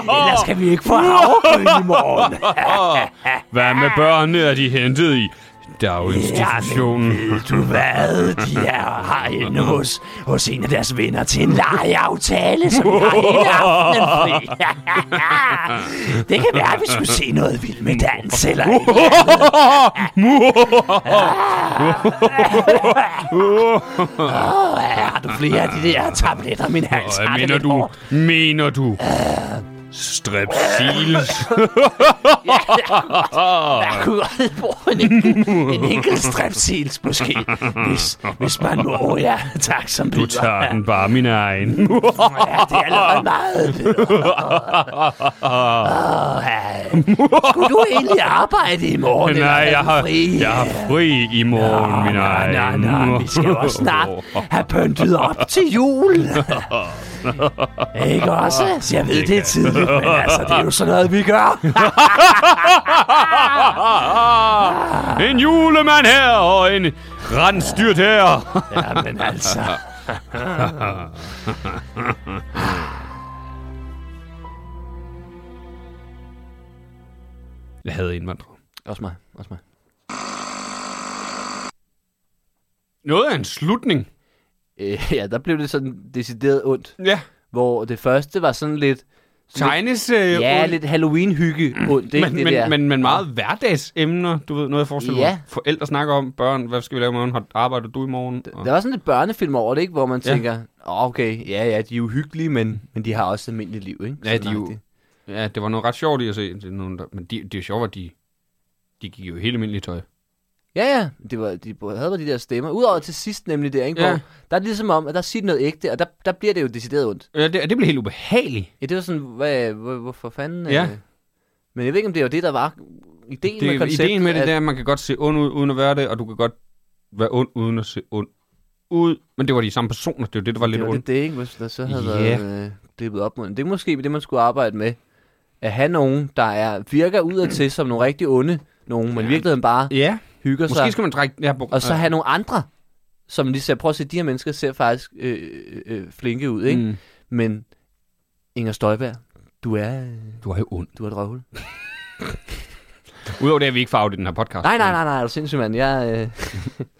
S6: Ellers kan vi ikke få havregryn i morgen.
S7: Hvad med børnene? Er de hentet i daginstitutionen?
S6: Ved du hvad? De er har inde hos, hos en af deres venner til en legeaftale, som vi har hele aftenen fri. Det kan være, at vi skulle se noget vild med dans eller et eller andet. Åh, Har du flere af de der tabletter, min hals?
S7: Hvad
S6: har det
S7: mener
S6: lidt
S7: du?
S6: hårdt.
S7: Mener du? Strepsils.
S6: Jeg kunne godt bruge en enkelt, en enkelt strepsils, måske. Hvis, hvis man må, ja. Tak, som
S7: Du tager den bare min egen.
S6: Ja, det er allerede meget bedre. Åh, ja. Skulle du egentlig arbejde i morgen? eller
S7: Nej,
S6: er
S7: jeg
S6: du
S7: har,
S6: fri?
S7: jeg har fri i morgen, min
S6: Nej,
S7: egen.
S6: nej, nej, vi skal også snart have pyntet op til jul. Ikke også? Så jeg ved, det er tidligt, men altså, det er jo sådan noget, vi gør. Ah.
S7: En julemand her og en rensdyrt her.
S6: Ja, men altså...
S4: Jeg havde indvandrere.
S3: Også mig, også mig.
S4: Noget af en slutning.
S3: Øh, ja, der blev det sådan decideret ondt.
S4: Ja.
S3: Hvor det første var sådan lidt... Sådan
S7: øh,
S4: Tegneserie.
S3: lidt ja,
S4: ondt.
S3: lidt Halloween-hygge ondt, ikke
S4: men,
S3: det
S4: men,
S3: der?
S4: men, men meget hverdagsemner, du ved, noget jeg forestiller
S3: Ja.
S4: mig. Forældre snakker om børn, hvad skal vi lave i morgen, har arbejder du i morgen? Og-
S3: Der var sådan lidt børnefilm over det, ikke? Hvor man
S4: Ja.
S3: tænker, oh, okay, ja, ja, de er uhyggelige, men, men de har også et almindeligt liv, ikke?
S4: Ja, de er jo-
S3: agtigt.
S4: Ja, det var noget ret sjovt i at se, det er nogen, der, men de, det er jo sjovt, at de, de gik jo i helt almindeligt tøj.
S3: Ja, ja, det var, de både- havde bare de der stemmer. Udover til sidst nemlig der, ikke?
S4: Mm. Ja.
S3: Hvor, der er det ligesom om, at der siger de noget ægte, og der, der bliver det jo decideret ondt.
S4: Ja, det, det blev helt ubehageligt.
S3: Ja, det var sådan, hvad, hvor, hvorfor fanden...
S4: Ja.
S3: Øh, men jeg ved ikke, om det var det, der var ideen
S4: Det,
S3: med
S4: med
S3: konceptet.
S4: ideen med det
S3: at-
S4: der, at man kan godt se ond ud, uden at være det, og du kan godt være ond, uden at se ond ud. Men det var de samme personer, det var det, der var lidt
S3: det var
S4: ondt.
S3: lidt det, ikke? Hvis der så havde
S4: Ja.
S3: yeah. været øh, dippet op mod den. Det er måske det, man skulle arbejde med. At have nogen, der er, virker udadtil som nogle rigtig onde nogen, men i virkeligheden bare
S4: Ja,
S3: hygger
S4: måske
S3: sig.
S4: skal man trække det her på.
S3: Og så have nogle andre, som lige siger, prøv at se, de her mennesker ser faktisk øh, øh, øh, flinke ud, ikke? Mm.
S4: Mm.
S3: Men Inger Støjberg, du er, øh,
S4: Du er jo ond.
S3: du er et røvhul.
S4: Udover det, at vi ikke får af den her podcast.
S3: Nej, nej, nej, nej, er du sindssyg, mand. Jeg,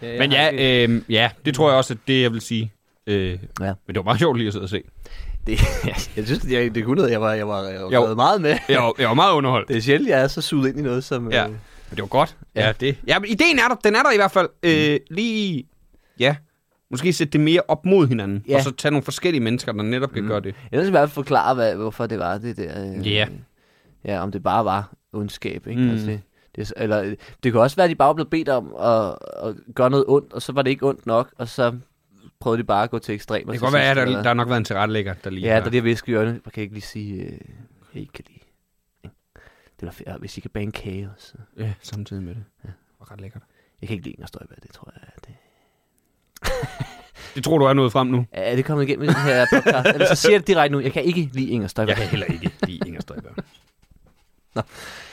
S3: øh,
S4: Men ja, øh, ja, det tror jeg også, at det, jeg vil sige. Øh,
S3: Ja.
S4: ja. Men det var meget sjovt lige at sidde og se.
S3: det, jeg synes, det, jeg, det kunne noget, jeg var, jeg var, jeg var
S4: Jo.
S3: jo. meget med.
S4: Jeg var, jeg var meget underholdt.
S3: Det er sjældent, jeg er så suget ind i noget, som...
S4: Ja.
S3: Øh,
S4: Men det var godt.
S3: Ja.
S4: Ja, ja det. Ja, men ideen er der. Den er der i hvert fald. Øh, lige, ja, måske sætte det mere op mod hinanden.
S3: Ja.
S4: Ja. Og så tage nogle forskellige mennesker, der netop kan mm. gøre det.
S3: Jeg vil i hvert fald forklare, hvad, hvorfor det var det der. Øh,
S4: Ja.
S3: Ja, om det bare var ondskab, ikke? Mm.
S4: Mm.
S3: Altså, det, det, er s- eller, øh, det kan også være, at de bare blev bedt om at, at gøre noget ondt, og så var det ikke ondt nok, og så prøvede de bare at gå til ekstremer.
S4: Det
S3: til
S4: kan godt være, at
S3: sidst,
S4: der,
S3: eller-
S4: der har nok været en tilrettelægger, der lige
S3: Ja,
S4: har-
S3: der lige visker i ørene. Jeg kan ikke lige sige, øh, jeg ikke kan lide. Det var fedt, hvis I kan bage en kage også.
S4: ja, samtidig med det. Ja. Det var ret lækkert.
S3: Jeg kan ikke lide Inger Støjberg, det tror jeg. er Det.
S4: Det tror du er nået frem nu.
S3: Er det kommet igennem i den her podcast? Eller så siger jeg det direkte nu. Jeg kan ikke lide Inger Støjberg.
S4: Jeg kan heller ikke lide Inger Støjberg.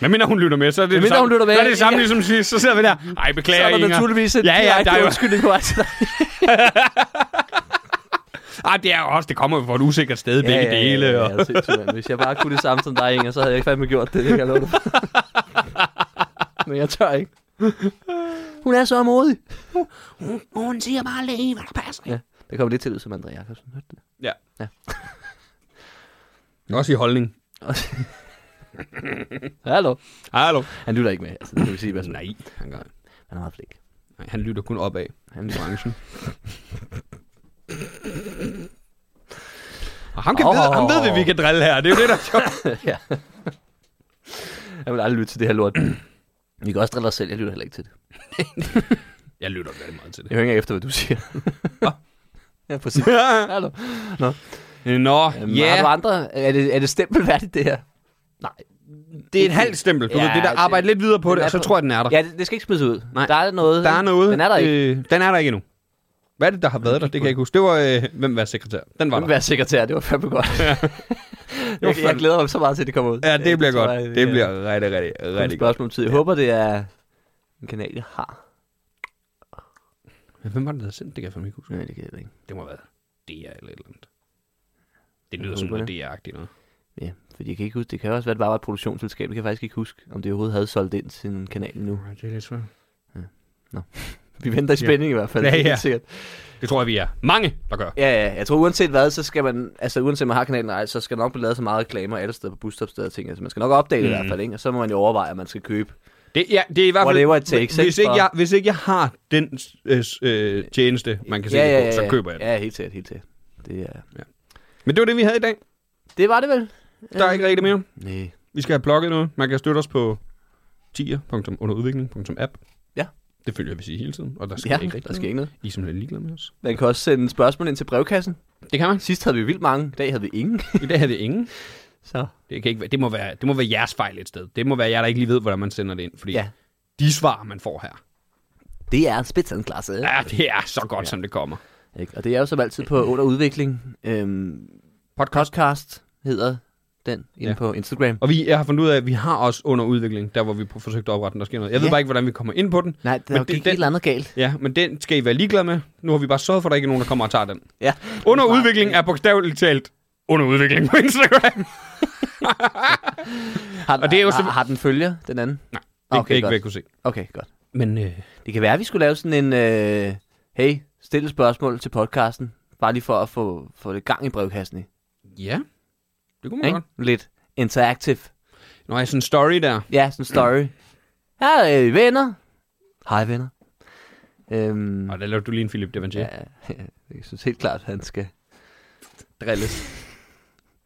S4: Men mindre hun lytter med, så er det, det,
S3: Medmindre
S4: samme,
S3: hun lytter med.
S4: så er det, det samme ligesom sidst. Så sidder vi der. Ej,
S3: så
S4: beklager
S3: er der
S4: Inger.
S3: naturligvis en
S4: Ja, ja,
S3: direkte
S4: der er jo-
S3: undskyldning på vej til dig.
S4: Ah, det er jo også, det kommer jo fra et usikkert sted, ja, begge dele.
S3: Ja,
S4: Ja,
S3: ja, ja, sindssygt, mand. Hvis jeg bare kunne det samme som dig, Inger, så havde jeg ikke fandme gjort det, det kan jeg love dig. Men jeg tør ikke. Hun er så modig.
S6: Hun siger bare lige, hvad der passer.
S3: Ja, der kommer lidt til ud som André Jacobsen. Hørte du det?
S4: ja. Også i holdning.
S3: Hallo.
S4: Hallo.
S3: Han lytter ikke med, altså, det kan vi sige. Hvad som-
S4: Nej, han, gør,
S3: Han er meget flink.
S4: nej, han lytter kun opad.
S3: Han lytter.
S4: branchen. Og ham, kan
S3: Åh.
S4: oh. vide, ham ved vi, vi kan drille her. Det er jo det, der er sjovt.
S3: Han vil aldrig lytte til det her lort. Vi kan også drille os selv, jeg lytter heller ikke til det.
S4: Jeg lytter veldig meget til det.
S3: Jeg hører ikke efter, hvad du siger. ja, præcis. Hallo.
S4: Nå,
S3: Øhm,
S4: ja.
S3: Har du andre? Er det, er det stempelværdigt, det her? Nej.
S4: det er en halv stempel. Du
S3: Ja,
S4: ja, ved, det der
S3: det-
S4: arbejde lidt videre på
S3: den
S4: det,
S3: er
S4: og så
S3: på-
S4: tror jeg, den er der.
S3: Ja, det, det skal ikke smides ud.
S4: Nej.
S3: Der er noget.
S4: Der er noget.
S3: Den er der ikke.
S4: Øh, den er der ikke endnu. Hvad er det, der har været der? Det kan jeg ikke huske. Det var, øh, hvem var sekretær? Den var
S3: Øh,
S4: der.
S3: Vær sekretær, det var fandme godt. jeg, jeg
S4: fandme-
S3: glæder mig så meget til, at det kommer ud.
S4: Ja, det bliver
S3: tror
S4: godt.
S3: jeg,
S4: det
S3: er
S4: bliver rigtig, rigtig,
S3: kun et
S4: rigtig godt.
S3: spørgsmål om tid. Jeg håber, det er en kanal, jeg har.
S4: Men Hvem var det, der havde sendt det? Kan jeg fandme ikke huske.
S3: Nej, det kan jeg ikke.
S4: Det må have været DR eller et eller andet. Det lyder
S3: Jeg
S4: som
S3: håber
S4: noget DR-agtigt noget.
S3: Ja, fordi jeg kan ikke huske, det kan også være, at det bare var et produktionsselskab. Det kan jeg faktisk ikke huske, om det overhovedet havde solgt ind til en kanal nu.
S4: Det er lidt svært.
S3: Vi venter i
S4: Ja.
S3: spænding ja. i hvert fald.
S4: Ja,
S3: det er helt
S4: ja.
S3: sikkert.
S4: Det tror jeg, vi er mange, der gør.
S3: Ja, ja, jeg tror uanset hvad, så skal man, altså uanset man har kanalen eller ej, så skal der nok blive lavet så meget reklamer alle steder på busstopsteder og ting. Altså man skal nok opdage det i
S4: Mm.
S3: hvert fald, ikke? Og så må man jo overveje, at man skal købe.
S4: Det, ja, det er i hvert fald...
S3: Whatever it takes,
S4: hvis,
S3: ikke?
S4: ikke
S3: For-
S4: jeg, hvis ikke jeg har den øh, øh, tjeneste, man kan se
S3: ja,
S4: det
S3: ja,
S4: på,
S3: ja,
S4: så
S3: ja.
S4: køber jeg den.
S3: Ja, helt sikkert, helt sikkert. Det, er...
S4: Men det var det, vi havde i dag.
S3: det var det vel? Øh,
S4: Der er ikke rigtig mere.
S3: Nej.
S4: Vi skal have plukket noget. Man kan støtte os på tier.underudvikling.app.
S3: Ja.
S4: Det følger vi sige hele tiden, og der sker
S3: Ja,
S4: ikke rigtig
S3: der skal ikke noget.
S4: noget. I er simpelthen ligeglade med os.
S3: Man kan også sende spørgsmål ind til brevkassen.
S4: Det kan man.
S3: Sidst havde vi vildt mange, i dag havde vi ingen.
S4: I dag havde vi ingen.
S3: Så
S4: Det, kan ikke være, det, må være, det må være jeres fejl et sted. Det må være jer, der ikke lige ved, hvordan man sender det ind. Fordi
S3: Ja.
S4: ja. de svar, man får her,
S3: det er spidsenklasse.
S4: ja, det er så godt, ja. som det kommer.
S3: Ikke? Og det er jo som altid på under udvikling. Øhm, podcast. podcast hedder den inde
S4: Ja.
S3: på Instagram.
S4: Og vi, jeg har fundet ud af, at vi har også under udvikling, der hvor vi forsøgte at oprette den, der sker noget. Jeg ved
S3: Ja.
S4: bare ikke, hvordan vi kommer ind på den.
S3: Nej, der
S4: Men
S3: men gik
S4: det-
S3: det,
S4: den-
S3: et eller andet galt.
S4: Ja, men den skal I være ligeglade med. Nu har vi bare sørget for, at der ikke er nogen, der kommer og tager den.
S3: Ja.
S4: Under udvikling er bogstaveligt talt under udvikling på Instagram.
S3: Har, og det er jo har, har, den følger, den anden?
S4: Nej,
S3: okay,
S4: Okay, ikke,
S3: godt.
S4: hvad jeg kunne se.
S3: Okay, godt.
S4: Men øh,
S3: Det kan være, at vi skulle lave sådan en, øh, hey, stille spørgsmål til podcasten, bare lige for at få, få lidt gang i brevkassen. Ikke?
S4: ja, det kunne man
S3: Ikke?
S4: Mm, godt.
S3: Lidt interactive.
S4: Nå, jeg er sådan en story der.
S3: Ja, sådan en story. Hej øh, venner. Hej venner. Øhm,
S4: Og der lavede du lige en Philip Devanché.
S3: ja, jeg synes helt klart, at han skal drilles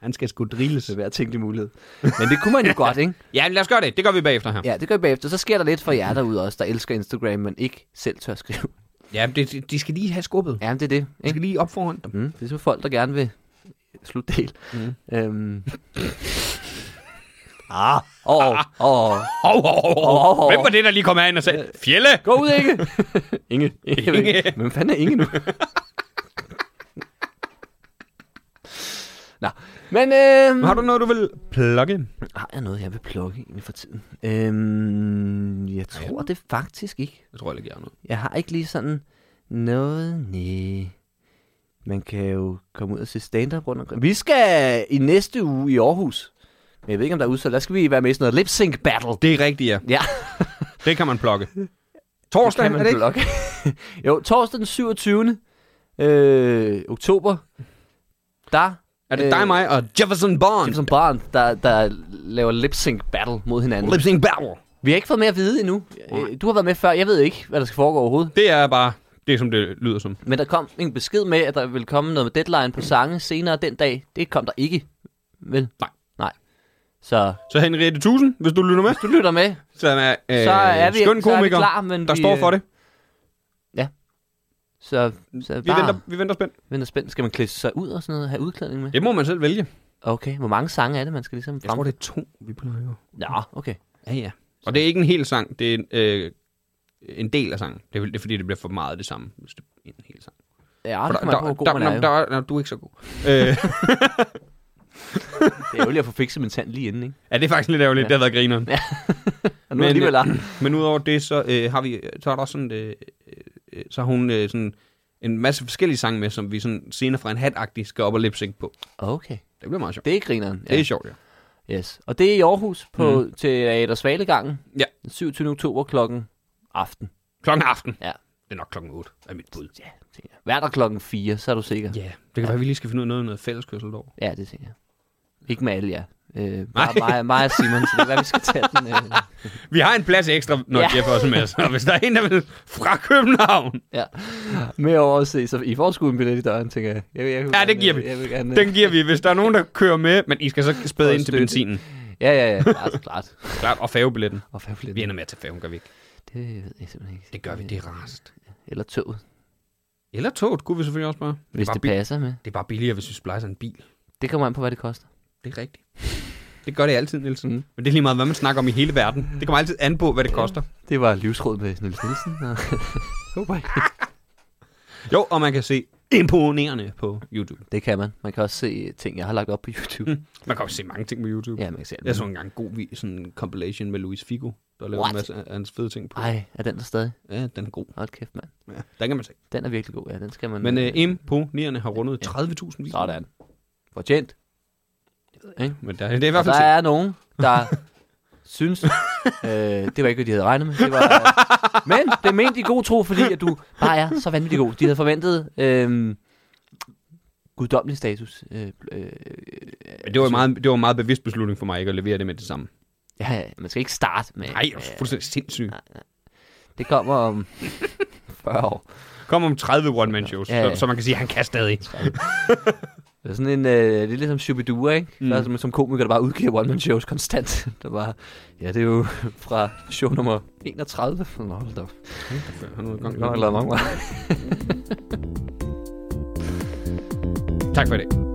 S4: Han skal sgu drilles.
S3: med hver tænkelig mulighed. Men det kunne man jo godt, ikke?
S4: Ja, lad os gøre det. Det gør vi bagefter her.
S3: Ja, det gør vi bagefter. Så sker der lidt for jer derude også, der elsker Instagram, men ikke selv tør skrive.
S4: Ja, det, de skal lige have skubbet.
S3: Ja, men det er det.
S4: De
S3: Ikke?
S4: skal lige op foran dem.
S3: Mm, det er så folk, der gerne vil slutdel. Mm. Øhm. ah, åh, åh, åh.
S4: Hov, hov, hov, hov.
S3: Hov, hov, hov.
S4: Hvem var det, der lige kom herind og sagde, Fjelle!
S3: Gå ud, Inge! Inge.
S4: Inge.
S3: Inge. Hvem fanden er Inge nu? Nå, men øhm,
S4: Har du noget, du vil plukke?
S3: har jeg noget, jeg vil plukke egentlig for tiden? Øhm, jeg tror det faktisk ikke.
S4: Jeg tror, jeg lægger noget.
S3: Jeg har ikke lige sådan noget, nej. Man kan jo komme ud og se stand-up rundt omkring. Vi skal i næste uge i Aarhus. Men jeg ved ikke, om der er udsolgt. Der skal vi være med i sådan noget lip sync battle.
S4: Det er rigtigt, ja.
S3: Ja,
S4: Det kan man plukke. Torsdag,
S3: kan
S4: er
S3: man
S4: det ikke?
S3: blokke. jo, torsdag den 27. Øh, oktober. Der
S4: Er det dig,
S3: Øh,
S4: mig og Jefferson Bond?
S3: som barn, der, der laver lip sync battle mod hinanden.
S4: Lip Sync Battle.
S3: Vi har ikke fået mere at vide endnu. Øh, Du har været med før. Jeg ved ikke, hvad der skal foregå overhovedet.
S4: Det er bare det, som det lyder som.
S3: Men der kom en besked med, at der ville komme noget med deadline på sange senere den dag. Det kom der ikke, vel?
S4: Nej.
S3: Nej. Så
S4: Så Henriette Tusen, hvis du lytter med,
S3: du lytter med,
S4: som er, øh,
S3: så er vi,
S4: skøn
S3: så er vi
S4: komiker,
S3: klar, men
S4: der
S3: vi, øh,
S4: står for det.
S3: Så, så
S4: Vi
S3: bare
S4: venter, vi venter spændt.
S3: venter spændt. Skal man klæde sig ud og sådan noget, have udklædning med?
S4: Det må man selv vælge.
S3: Okay, hvor mange sange er det, man skal ligesom frem?
S4: det er to, vi plejer.
S3: Nå, okay.
S4: Ja, ja. Og det er ikke en hel sang, det er en, øh, en del af sangen. Det er, det er fordi, det bliver for meget det samme, hvis det er en hel sang.
S3: Ja,
S4: For
S3: det
S4: der,
S3: kommer an på, hvor
S4: der,
S3: god
S4: der,
S3: man
S4: nå,
S3: er jo.
S4: der, nå, du er ikke så god. øh,
S3: Det er ærgerligt at få fikset min tand lige inden, ikke?
S4: ja, det er faktisk lidt ærgerligt,
S3: Ja.
S4: det har været grineren.
S3: Og nu
S4: Men, øh,
S3: Men, alligevel er.
S4: Men udover det, så øh, har vi, så er der også sådan, øh, øh, så har hun øh, sådan en masse forskellige sange med, som vi sådan senere fra en hat skal op og lipsync på.
S3: Okay,
S4: Det bliver meget sjovt.
S3: det er grineren.
S4: Det er sjovt, ja.
S3: Yes. Og det er i Aarhus på, mm. til Teater Svalegangen.
S4: Ja.
S3: Den 27. oktober klokken aften.
S4: Klokken aften.
S3: Ja.
S4: Det er nok klokken 8, er mit bud.
S3: Ja, tænker jeg. Hver der klokken 4, så er du sikker.
S4: Ja, det kan være, at vi lige skal finde ud af noget, noget fælleskørsel over.
S3: Ja, det tænker jeg. Ikke med alle jer. Øh, bare mig, mig og Simon, så det er, hvad vi skal tage den. Øh.
S4: Vi har en plads ekstra, når
S3: Ja.
S4: ja. Jeff også er med os. Og hvis der er en, der vil fra København,
S3: Ja. Med over at se, så I får sgu en billet i døren, tænker jeg. jeg, vil- jeg vil
S4: Ja, det
S3: gerne,
S4: giver
S3: øh,
S4: vi.
S3: Jeg vil gerne, øh,
S4: den giver vi. Hvis der er nogen, der kører med, men I skal så spæde
S3: Og
S4: ind til
S3: støtte.
S4: benzinen.
S3: Ja, ja, ja. Klart, klart.
S4: Klart, og færgebilletten.
S3: Og øh, hvad bliver
S4: Vi ender
S3: det?
S4: med at tage færgen, gør vi ikke.
S3: Det ved jeg simpelthen ikke.
S4: Det gør vi, det er rarest.
S3: Eller toget,
S4: Eller toget kunne vi selvfølgelig også bare.
S3: hvis
S4: bare
S3: det
S4: bil-
S3: passer med.
S4: det er bare billigere, hvis vi splejser en bil.
S3: Det kommer an på, hvad det koster.
S4: Det er rigtigt. Det gør det altid, Nielsen. Men det er lige meget, hvad man snakker om i hele verden. Det kommer altid an på, hvad det koster.
S3: Det var livsråd med Niels Nielsen. og- Håber jeg.
S4: Jo, og man kan se imponerende på YouTube.
S3: det kan man. Man kan også se ting, jeg har lagt op på YouTube.
S4: Man kan også se mange ting på YouTube.
S3: ja, man kan se alt
S4: Mm. Jeg så
S3: muligt.
S4: engang en god vi- sådan en compilation med Luis Figo, der lavede
S3: What?
S4: en masse af hans fede ting på.
S3: Ej, er den der stadig?
S4: Ja, den er god.
S3: Hold kæft, mand.
S4: Ja, den kan man se.
S3: Den er virkelig god, ja. Den skal man...
S4: Men øh, imponerende har rundet 30.000 vis.
S3: Mm. Sådan. Fortjent.
S4: Men der, det er i
S3: Og
S4: hvert fald
S3: der
S4: set.
S3: er nogen, der synes, øh, det var ikke, hvad de havde regnet med. Det var, øh, men det mente i god tro, fordi at du bare er så vanvittig god. De havde forventet øh, guddommelig status. Øh, altså, øh,
S4: Men Det var, en meget, det var en meget bevidst beslutning for mig ikke at levere det med det samme.
S3: ja, ja, man skal ikke starte med...
S4: Nej, jeg er fuldstændig sindssyg.
S3: Det kommer om 40 år.
S4: Kom om 30 one-man-shows,
S3: Ja, ja.
S4: så, så man kan sige, at han kan stadig.
S3: Det er sådan en, øh, det er ligesom Shubidua, ikke? Mm. Der er som, som komiker, der bare udgiver one-man-shows konstant. Der bare, ja, det er jo fra show nummer 31. Nå, hold da op.
S4: Han er i gang.
S3: Godt nok lavet mange
S4: Tak for i dag.